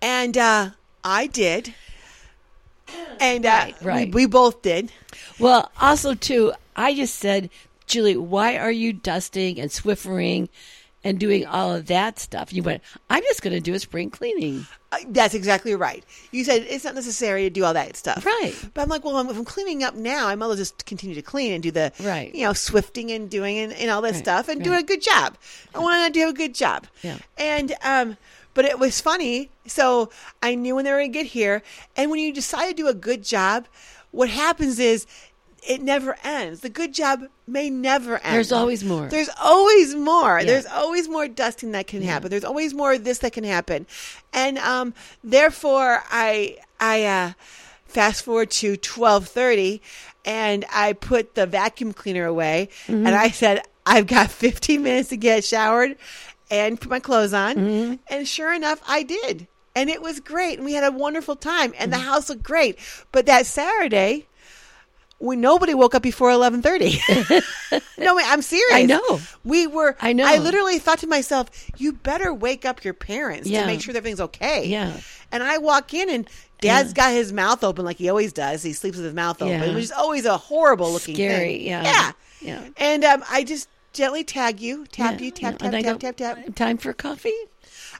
[SPEAKER 1] And, uh, I did. And, uh,
[SPEAKER 2] Right,
[SPEAKER 1] we-
[SPEAKER 2] right.
[SPEAKER 1] we both did.
[SPEAKER 2] Well, also too, I just said, Julie, why are you dusting and swiffering and doing all of that stuff? You went, I'm just going to do a spring cleaning.
[SPEAKER 1] Uh, That's exactly right. You said it's not necessary to do all that stuff,
[SPEAKER 2] Right.
[SPEAKER 1] But I'm like, well, if I'm cleaning up now, I might as well just continue to clean and do the,
[SPEAKER 2] Right.
[SPEAKER 1] you know, swifting and doing and, and all that stuff and do
[SPEAKER 2] right.
[SPEAKER 1] a good job. I want to do a good job.
[SPEAKER 2] Yeah.
[SPEAKER 1] And um, but it was funny. So I knew when they were going to get here, and when you decide to do a good job, what happens is. It never ends. The good job may never end.
[SPEAKER 2] There's always more.
[SPEAKER 1] There's always more. There's always more dusting that can happen. There's always more of this that can happen, and um, therefore I I uh, fast forward to twelve thirty, and I put the vacuum cleaner away,
[SPEAKER 2] Mm-hmm.
[SPEAKER 1] and I said I've got fifteen minutes to get showered and put my clothes on,
[SPEAKER 2] Mm-hmm.
[SPEAKER 1] and sure enough, I did, and it was great, and we had a wonderful time, and
[SPEAKER 2] Mm-hmm.
[SPEAKER 1] the house looked great, but that Saturday. When nobody woke up before eleven thirty, no, wait, I'm serious.
[SPEAKER 2] I know.
[SPEAKER 1] We were.
[SPEAKER 2] I know.
[SPEAKER 1] I literally thought to myself, "You better wake up your parents
[SPEAKER 2] Yeah.
[SPEAKER 1] to make sure that everything's okay."
[SPEAKER 2] Yeah.
[SPEAKER 1] And I walk in, and Dad's got his mouth open like he always does. He sleeps with his mouth open,
[SPEAKER 2] Yeah.
[SPEAKER 1] which is always a horrible looking
[SPEAKER 2] Scary,
[SPEAKER 1] thing.
[SPEAKER 2] yeah.
[SPEAKER 1] Yeah.
[SPEAKER 2] Yeah.
[SPEAKER 1] And um, I just gently tag you, tap
[SPEAKER 2] Yeah,
[SPEAKER 1] Oh, you, tap
[SPEAKER 2] yeah.
[SPEAKER 1] tap
[SPEAKER 2] And I
[SPEAKER 1] tap
[SPEAKER 2] go,
[SPEAKER 1] tap tap.
[SPEAKER 2] Time for coffee?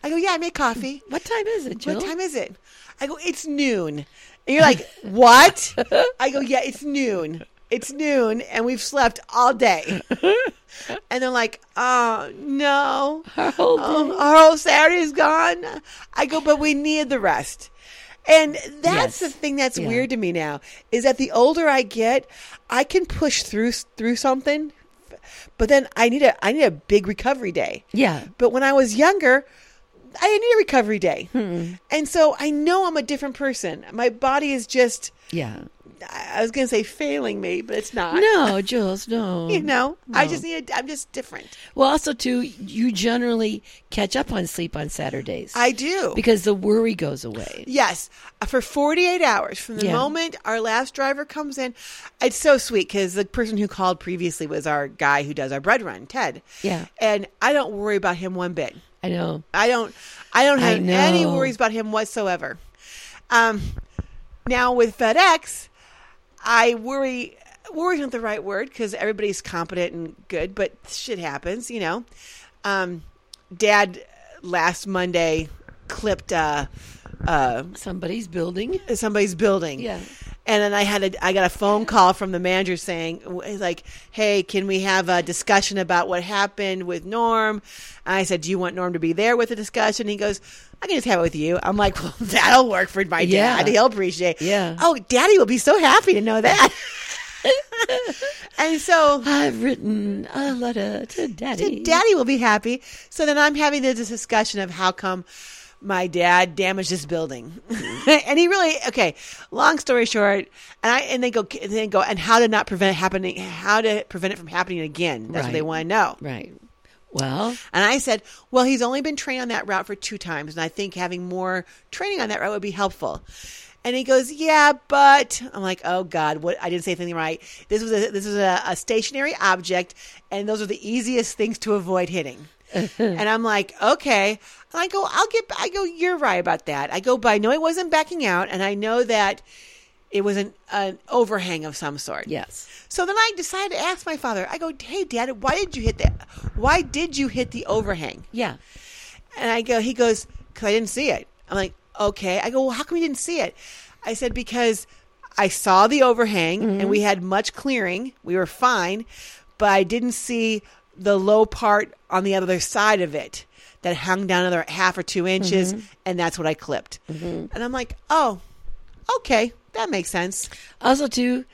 [SPEAKER 1] I go, "Yeah, I make coffee."
[SPEAKER 2] What time is it, Jill?
[SPEAKER 1] What time is it? I go, it's noon. And you're like, what? I go, yeah, it's noon. It's noon, and we've slept all day. And they're like, oh, no.
[SPEAKER 2] Our whole
[SPEAKER 1] Um, our whole Saturday is gone. I go, but we need the rest. And that's
[SPEAKER 2] Yes.
[SPEAKER 1] the thing that's
[SPEAKER 2] Yeah.
[SPEAKER 1] weird to me now is that the older I get, I can push through through something, but then I need a I need a big recovery day.
[SPEAKER 2] Yeah.
[SPEAKER 1] But when I was younger, I didn't need a recovery day.
[SPEAKER 2] Hmm.
[SPEAKER 1] And so I know I'm a different person. My body is just,
[SPEAKER 2] Yeah.
[SPEAKER 1] I I was going to say failing me, but it's not.
[SPEAKER 2] No, Jules, no.
[SPEAKER 1] You know, I
[SPEAKER 2] No.
[SPEAKER 1] just need, i I'm just different.
[SPEAKER 2] Well, also too, you generally catch up on sleep on Saturdays
[SPEAKER 1] I do.
[SPEAKER 2] because the worry goes away.
[SPEAKER 1] Yes, for 48 hours from the
[SPEAKER 2] Yeah.
[SPEAKER 1] moment our last driver comes in. It's so sweet because the person who called previously was our guy who does our bread run, Ted.
[SPEAKER 2] Yeah.
[SPEAKER 1] And I don't worry about him one bit.
[SPEAKER 2] I know.
[SPEAKER 1] I don't I don't
[SPEAKER 2] I
[SPEAKER 1] have any
[SPEAKER 2] know.
[SPEAKER 1] worries about him whatsoever. Um now with FedEx, I worry worry's not the right word cuz everybody's competent and good, but shit happens, you know. Um dad last Monday clipped uh uh,
[SPEAKER 2] Somebody's building.
[SPEAKER 1] somebody's building.
[SPEAKER 2] Yeah.
[SPEAKER 1] And then I had a I got a phone call from the manager saying he's like, "Hey, can we have a discussion about what happened with Norm?" I said, "Do you want Norm to be there with the discussion?" He goes, "I can just have it with you." I'm like, "Well, that'll work for my
[SPEAKER 2] Yeah.
[SPEAKER 1] dad. He'll appreciate."
[SPEAKER 2] Yeah.
[SPEAKER 1] Oh, Daddy will be so happy to know that. and so
[SPEAKER 2] I've written a letter to
[SPEAKER 1] to
[SPEAKER 2] daddy.
[SPEAKER 1] daddy will be happy. So then I'm having this discussion of how come my dad damaged this building.
[SPEAKER 2] Mm.
[SPEAKER 1] and he really okay, long story short, and I and they go and they go and how to not prevent it happening how to prevent it from happening again. That's what they
[SPEAKER 2] Right.
[SPEAKER 1] want to know.
[SPEAKER 2] Right. Well,
[SPEAKER 1] And I said, Well, he's only been trained on that route for two times, and I think having more training on that route would be helpful. And he goes, Yeah, but I'm like, Oh God, what I didn't say anything right. This was a this was a, a stationary object, and those are the easiest things to avoid hitting. and I'm like, okay. And I go, I'll get I go, you're right about that. I go, but I know it wasn't backing out, and I know that it was an, an overhang of some sort.
[SPEAKER 2] yes.
[SPEAKER 1] So then I decided to ask my father. I go, "Hey, Dad, why did you hit that? Why did you hit the overhang?"
[SPEAKER 2] Yeah.
[SPEAKER 1] And I go, he goes, "Cause I didn't see it." I'm like, "Okay." I go, "Well, how come you didn't see it?" I said, "Because I saw the overhang and we had much clearing. We were fine, but I didn't see the low part on the other side of it that hung down another half or two inches, and that's what I clipped." And I'm like, "Oh, okay, that makes sense."
[SPEAKER 2] Also, too,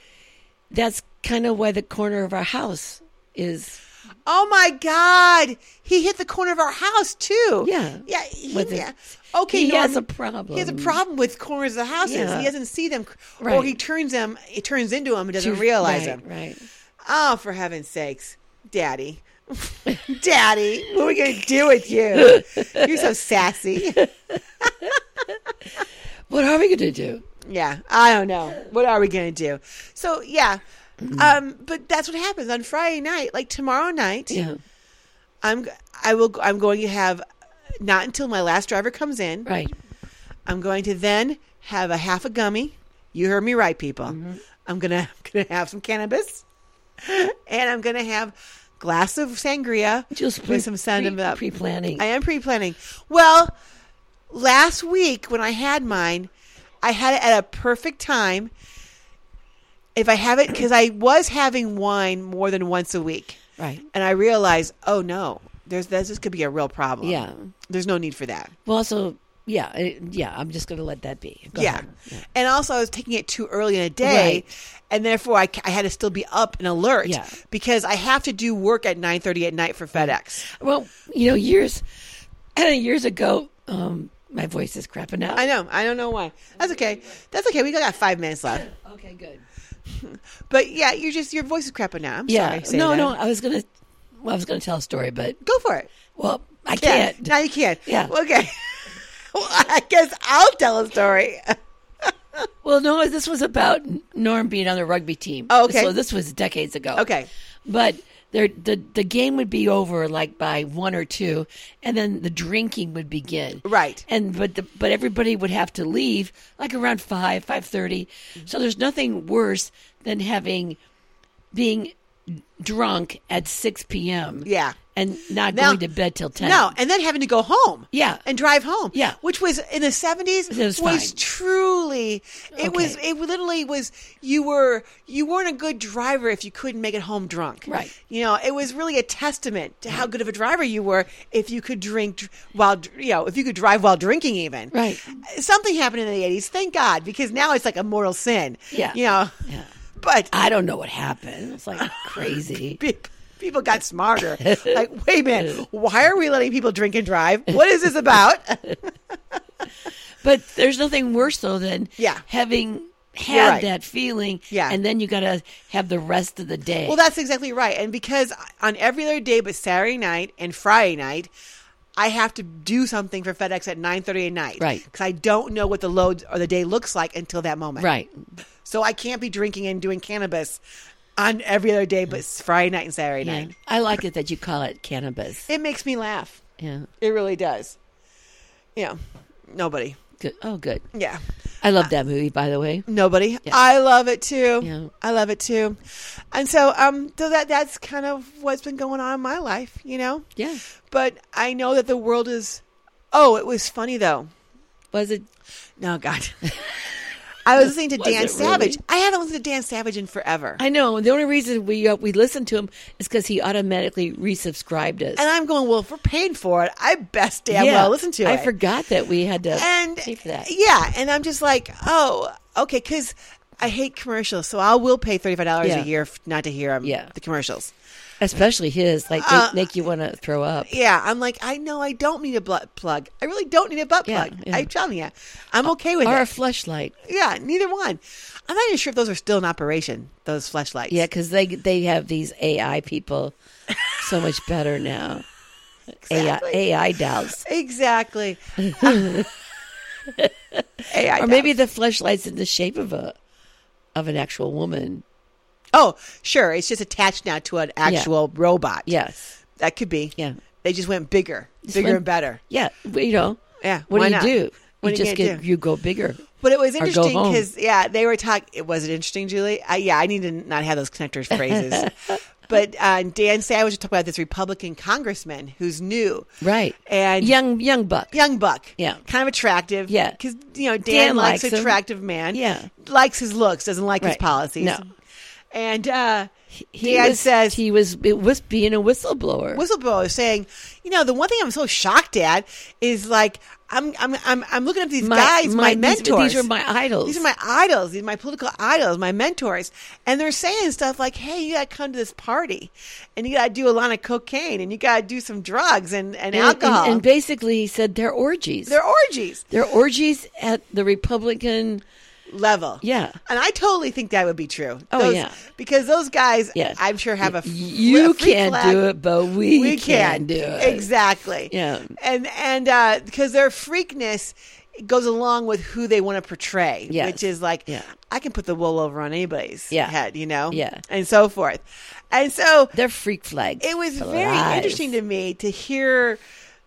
[SPEAKER 2] that's kind of why the corner of our house is
[SPEAKER 1] Oh my God! He hit the corner of our house too.
[SPEAKER 2] Yeah.
[SPEAKER 1] yeah, he,
[SPEAKER 2] With it.
[SPEAKER 1] yeah. Okay,
[SPEAKER 2] He has
[SPEAKER 1] Norm,
[SPEAKER 2] a problem.
[SPEAKER 1] He has a problem with corners of the houses.
[SPEAKER 2] Yeah.
[SPEAKER 1] He doesn't see them, or
[SPEAKER 2] Right.
[SPEAKER 1] he turns them. He turns into them and
[SPEAKER 2] to
[SPEAKER 1] doesn't realize
[SPEAKER 2] right,
[SPEAKER 1] them.
[SPEAKER 2] Right.
[SPEAKER 1] Oh, for heaven's sakes, Daddy, Daddy, what are we gonna do with you? You're so sassy.
[SPEAKER 2] What are we going to do?
[SPEAKER 1] Yeah, I don't know. What are we gonna do? So yeah, um, but that's what happens on Friday night. Like tomorrow night,
[SPEAKER 2] Yeah.
[SPEAKER 1] I'm I will I'm going to have not until my last driver comes in.
[SPEAKER 2] Right.
[SPEAKER 1] I'm going to then have a half a gummy. You heard me right, people.
[SPEAKER 2] Mm-hmm.
[SPEAKER 1] I'm gonna I'm gonna have some cannabis, and I'm gonna have glass of sangria
[SPEAKER 2] Just
[SPEAKER 1] with some sand
[SPEAKER 2] pre,
[SPEAKER 1] up.
[SPEAKER 2] pre-planning.
[SPEAKER 1] I am pre planning. Well, last week when I had mine, I had it at a perfect time. If I have it, because I was having wine more than once a week
[SPEAKER 2] right.
[SPEAKER 1] and I realized, oh no, there's this, this could be a real problem.
[SPEAKER 2] Yeah.
[SPEAKER 1] there's no need for that.
[SPEAKER 2] Well, also, yeah, I- yeah. I'm just going to let that be. Go
[SPEAKER 1] yeah.
[SPEAKER 2] ahead.
[SPEAKER 1] and also I was taking it too early in the day,
[SPEAKER 2] Right.
[SPEAKER 1] and therefore I, ca- I had to still be up and alert
[SPEAKER 2] Yeah. Mm-hmm.
[SPEAKER 1] because I have to do work at nine thirty at night for FedEx.
[SPEAKER 2] Well, you know, years years ago, um, my voice is crapping out.
[SPEAKER 1] I know, I don't know why. That's okay. That's okay. We got five minutes left,
[SPEAKER 2] okay, good.
[SPEAKER 1] but yeah, you're just your voice is crapping now. I'm
[SPEAKER 2] Yeah.
[SPEAKER 1] sorry. to say
[SPEAKER 2] no,
[SPEAKER 1] that.
[SPEAKER 2] no. I was gonna. Well, I was gonna tell a story, but
[SPEAKER 1] go for it.
[SPEAKER 2] well, I
[SPEAKER 1] Yeah,
[SPEAKER 2] can't.
[SPEAKER 1] now you can.
[SPEAKER 2] Yeah.
[SPEAKER 1] okay. well, I guess I'll tell a story.
[SPEAKER 2] Well, no, this was about Norm being on the rugby team.
[SPEAKER 1] Oh, okay.
[SPEAKER 2] So this was decades ago.
[SPEAKER 1] Okay.
[SPEAKER 2] But there, the the game would be over like by one or two, and then the drinking would begin.
[SPEAKER 1] Right.
[SPEAKER 2] And but the, but everybody would have to leave like around five five
[SPEAKER 1] Mm-hmm.
[SPEAKER 2] So there's nothing worse than having being drunk at six p.m.
[SPEAKER 1] Yeah.
[SPEAKER 2] And not
[SPEAKER 1] Now-
[SPEAKER 2] going to bed till ten.
[SPEAKER 1] No, and then having to go home.
[SPEAKER 2] Yeah.
[SPEAKER 1] And drive home.
[SPEAKER 2] Yeah.
[SPEAKER 1] Which was in the 70s
[SPEAKER 2] It was fine.
[SPEAKER 1] truly it was
[SPEAKER 2] Okay.
[SPEAKER 1] it literally was you were you weren't a good driver if you couldn't make it home drunk.
[SPEAKER 2] Right.
[SPEAKER 1] You know, it was really a testament to how good of a driver you were if you could drink dr- while dr- you know, if you could drive while drinking even.
[SPEAKER 2] Right.
[SPEAKER 1] Something happened in the 80s, thank God, because now it's like a mortal sin.
[SPEAKER 2] Yeah.
[SPEAKER 1] You know.
[SPEAKER 2] Yeah.
[SPEAKER 1] But
[SPEAKER 2] I don't know what happened. It's like crazy.
[SPEAKER 1] pe- people got smarter. like, wait a minute, why are we letting people drink and drive? What is this about?
[SPEAKER 2] But there's nothing worse though than
[SPEAKER 1] Yeah.
[SPEAKER 2] having
[SPEAKER 1] You're
[SPEAKER 2] had
[SPEAKER 1] right.
[SPEAKER 2] that feeling,
[SPEAKER 1] Yeah.
[SPEAKER 2] and then you got to have the rest of the day.
[SPEAKER 1] Well, that's exactly right. And because on every other day but Saturday night and Friday night, I have to do something for FedEx at 9:30 at night.
[SPEAKER 2] Right.
[SPEAKER 1] Cuz I don't know what the load or the day looks like until that moment.
[SPEAKER 2] right,
[SPEAKER 1] So I can't be drinking and doing cannabis on every other day but Friday night and Saturday
[SPEAKER 2] Mm. yeah.
[SPEAKER 1] night.
[SPEAKER 2] I like it that you call it cannabis.
[SPEAKER 1] It makes me laugh.
[SPEAKER 2] Yeah,
[SPEAKER 1] It really does. Yeah. Nobody.
[SPEAKER 2] good. Oh, good.
[SPEAKER 1] Yeah.
[SPEAKER 2] I
[SPEAKER 1] Uh,
[SPEAKER 2] love that movie, by the way.
[SPEAKER 1] Nobody. I love it too.
[SPEAKER 2] Yeah.
[SPEAKER 1] I love it too. And so um so that that's kind of what's been going on in my life, you know?
[SPEAKER 2] Yeah,
[SPEAKER 1] But I know that the world is. Oh, it was funny though.
[SPEAKER 2] was it
[SPEAKER 1] No, God. I was listening to
[SPEAKER 2] Was
[SPEAKER 1] Dan
[SPEAKER 2] it
[SPEAKER 1] Savage.
[SPEAKER 2] really?
[SPEAKER 1] I haven't listened to Dan Savage in forever.
[SPEAKER 2] I know. The only reason we uh, we listened to him is because he automatically resubscribed us.
[SPEAKER 1] and I'm going, well, if we're paying for it, I best damn well listen to it.
[SPEAKER 2] I forgot that we had to
[SPEAKER 1] and
[SPEAKER 2] pay for that.
[SPEAKER 1] yeah, and I'm just like, oh, okay, because I hate commercials, so I will pay thirty five dollars
[SPEAKER 2] Yeah.
[SPEAKER 1] a year f- not to hear 'em,
[SPEAKER 2] Yeah.
[SPEAKER 1] the commercials.
[SPEAKER 2] Especially his, like,
[SPEAKER 1] Uh,
[SPEAKER 2] they make you want to throw up.
[SPEAKER 1] Yeah, I'm like, I know I don't need a butt plug. I really don't need a butt
[SPEAKER 2] Yeah,
[SPEAKER 1] plug.
[SPEAKER 2] yeah.
[SPEAKER 1] I'm telling you, I'm okay with
[SPEAKER 2] Or a
[SPEAKER 1] it.
[SPEAKER 2] flashlight.
[SPEAKER 1] Yeah, neither one. I'm not even sure if those are still in operation. Those flashlights.
[SPEAKER 2] Yeah, because they they have these AI people so much better now.
[SPEAKER 1] Exactly.
[SPEAKER 2] AI AI dolls,
[SPEAKER 1] exactly. AI
[SPEAKER 2] or maybe the flashlight's in the shape of a of an actual woman.
[SPEAKER 1] Oh, sure. It's just attached now to an actual robot.
[SPEAKER 2] Yes.
[SPEAKER 1] That could be.
[SPEAKER 2] Yeah.
[SPEAKER 1] They just went bigger, bigger
[SPEAKER 2] went-
[SPEAKER 1] and better.
[SPEAKER 2] Yeah. Well, You know.
[SPEAKER 1] Yeah,
[SPEAKER 2] What
[SPEAKER 1] why
[SPEAKER 2] do you
[SPEAKER 1] not?
[SPEAKER 2] do?
[SPEAKER 1] What are you
[SPEAKER 2] you just
[SPEAKER 1] gonna
[SPEAKER 2] get
[SPEAKER 1] do?
[SPEAKER 2] you go bigger.
[SPEAKER 1] But it was
[SPEAKER 2] go
[SPEAKER 1] interesting
[SPEAKER 2] home.
[SPEAKER 1] because yeah, they were talking. It was it interesting, Julie? I, yeah, I need to not have those connectors phrases. but uh, Dan Savage was talking about this Republican congressman who's new,
[SPEAKER 2] Right.
[SPEAKER 1] And
[SPEAKER 2] young young buck.
[SPEAKER 1] young buck,
[SPEAKER 2] Yeah.
[SPEAKER 1] kind of attractive,
[SPEAKER 2] Yeah.
[SPEAKER 1] because you know Dan,
[SPEAKER 2] Dan
[SPEAKER 1] likes,
[SPEAKER 2] likes him.
[SPEAKER 1] attractive man,
[SPEAKER 2] Yeah.
[SPEAKER 1] likes his looks, doesn't like his
[SPEAKER 2] Right.
[SPEAKER 1] policies,
[SPEAKER 2] No.
[SPEAKER 1] And uh,
[SPEAKER 2] He
[SPEAKER 1] Dan
[SPEAKER 2] was,
[SPEAKER 1] says
[SPEAKER 2] he was it was being a whistleblower.
[SPEAKER 1] whistleblower saying, you know, the one thing I'm so shocked at is like I'm I'm I'm, I'm looking up these guys, my
[SPEAKER 2] these-
[SPEAKER 1] mentors.
[SPEAKER 2] These, are my idols.
[SPEAKER 1] These are my idols. These are my political idols, my mentors. And they're saying stuff like, hey, you got to come to this party and you got to do a lot of cocaine and you got to do some drugs and, and,
[SPEAKER 2] and,
[SPEAKER 1] alcohol.
[SPEAKER 2] And, and basically, he said they're orgies.
[SPEAKER 1] they're orgies
[SPEAKER 2] they're orgies at the Republican.
[SPEAKER 1] level.
[SPEAKER 2] Yeah.
[SPEAKER 1] And I totally think that would be true.
[SPEAKER 2] Oh,
[SPEAKER 1] Those-
[SPEAKER 2] yeah.
[SPEAKER 1] Because those guys,
[SPEAKER 2] Yes.
[SPEAKER 1] I'm sure, have a. f-
[SPEAKER 2] You
[SPEAKER 1] a free
[SPEAKER 2] can't
[SPEAKER 1] flag.
[SPEAKER 2] do it, but we,
[SPEAKER 1] We can
[SPEAKER 2] can, do it.
[SPEAKER 1] Exactly.
[SPEAKER 2] Yeah.
[SPEAKER 1] And, and, because their freakness goes along with who they want to portray,
[SPEAKER 2] Yes.
[SPEAKER 1] which is like,
[SPEAKER 2] Yeah.
[SPEAKER 1] I can put the wool over on anybody's
[SPEAKER 2] Yeah.
[SPEAKER 1] head, you know?
[SPEAKER 2] Yeah.
[SPEAKER 1] And so forth. And so
[SPEAKER 2] They're freak flags.
[SPEAKER 1] it was
[SPEAKER 2] for
[SPEAKER 1] very
[SPEAKER 2] life.
[SPEAKER 1] interesting to me to hear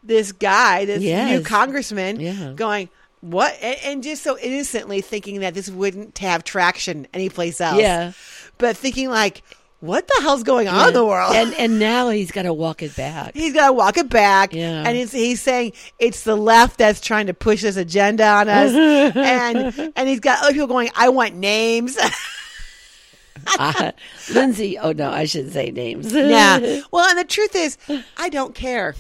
[SPEAKER 1] this guy, this new
[SPEAKER 2] Yes.
[SPEAKER 1] congressman,
[SPEAKER 2] Yeah.
[SPEAKER 1] going, what? And, and just so innocently thinking that this wouldn't have traction anyplace else.
[SPEAKER 2] Yeah.
[SPEAKER 1] But thinking, like, what the hell's going on in the world?
[SPEAKER 2] and and now he's got to walk it back.
[SPEAKER 1] He's got to walk it back.
[SPEAKER 2] Yeah.
[SPEAKER 1] And he's, he's saying it's the left that's trying to push this agenda on us. and and he's got other people going, I want names.
[SPEAKER 2] Uh, Lindsay, oh no, I shouldn't say names.
[SPEAKER 1] yeah. Well, and the truth is, I don't care.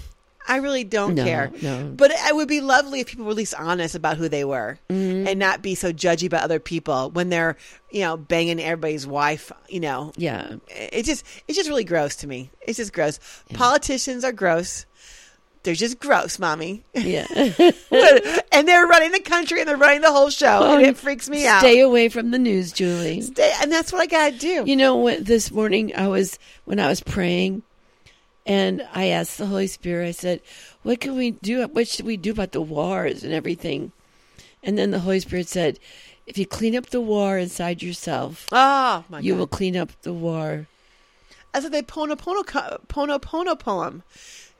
[SPEAKER 1] I really don't
[SPEAKER 2] No,
[SPEAKER 1] care.
[SPEAKER 2] no.
[SPEAKER 1] But it would be lovely if people were at least honest about who they were
[SPEAKER 2] Mm-hmm.
[SPEAKER 1] and not be so judgy about other people when they're, you know, banging everybody's wife, you know.
[SPEAKER 2] yeah.
[SPEAKER 1] It just it's just really gross to me. It's just gross. Politicians are gross. They're just gross, mommy.
[SPEAKER 2] Yeah.
[SPEAKER 1] and they're running the country and they're running the whole show and it freaks me out.
[SPEAKER 2] Oh, Stay away from the news, Julie.
[SPEAKER 1] Stay- and that's what I got to do.
[SPEAKER 2] You know what? This morning I was when I was praying, and I asked the Holy Spirit. I said, "What can we do? What should we do about the wars and everything?" And then the Holy Spirit said, "If you clean up the war inside yourself,
[SPEAKER 1] oh my
[SPEAKER 2] you
[SPEAKER 1] god.
[SPEAKER 2] will clean up the war."
[SPEAKER 1] That's what they pono pono co- pono pono poem.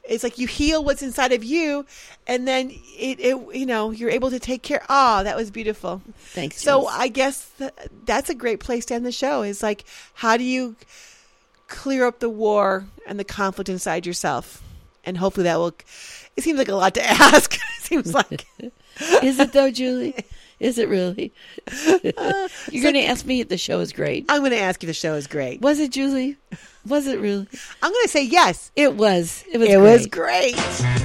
[SPEAKER 1] It's like you heal what's inside of you, and then it, it you know you're able to take care. Oh, that was beautiful.
[SPEAKER 2] Thanks,
[SPEAKER 1] So
[SPEAKER 2] Jules.
[SPEAKER 1] I guess th- that's a great place to end the show. Is like how do you clear up the war and the conflict inside yourself, and hopefully that will. It seems like a lot to ask. it seems like.
[SPEAKER 2] Is it though, Julie? Is it really? You're going to ask me if the show is great.
[SPEAKER 1] I'm going to ask you. The show is great.
[SPEAKER 2] Was it, Julie? Was it really?
[SPEAKER 1] I'm going to say yes.
[SPEAKER 2] It was. It was.
[SPEAKER 1] It was
[SPEAKER 2] great.
[SPEAKER 1] great.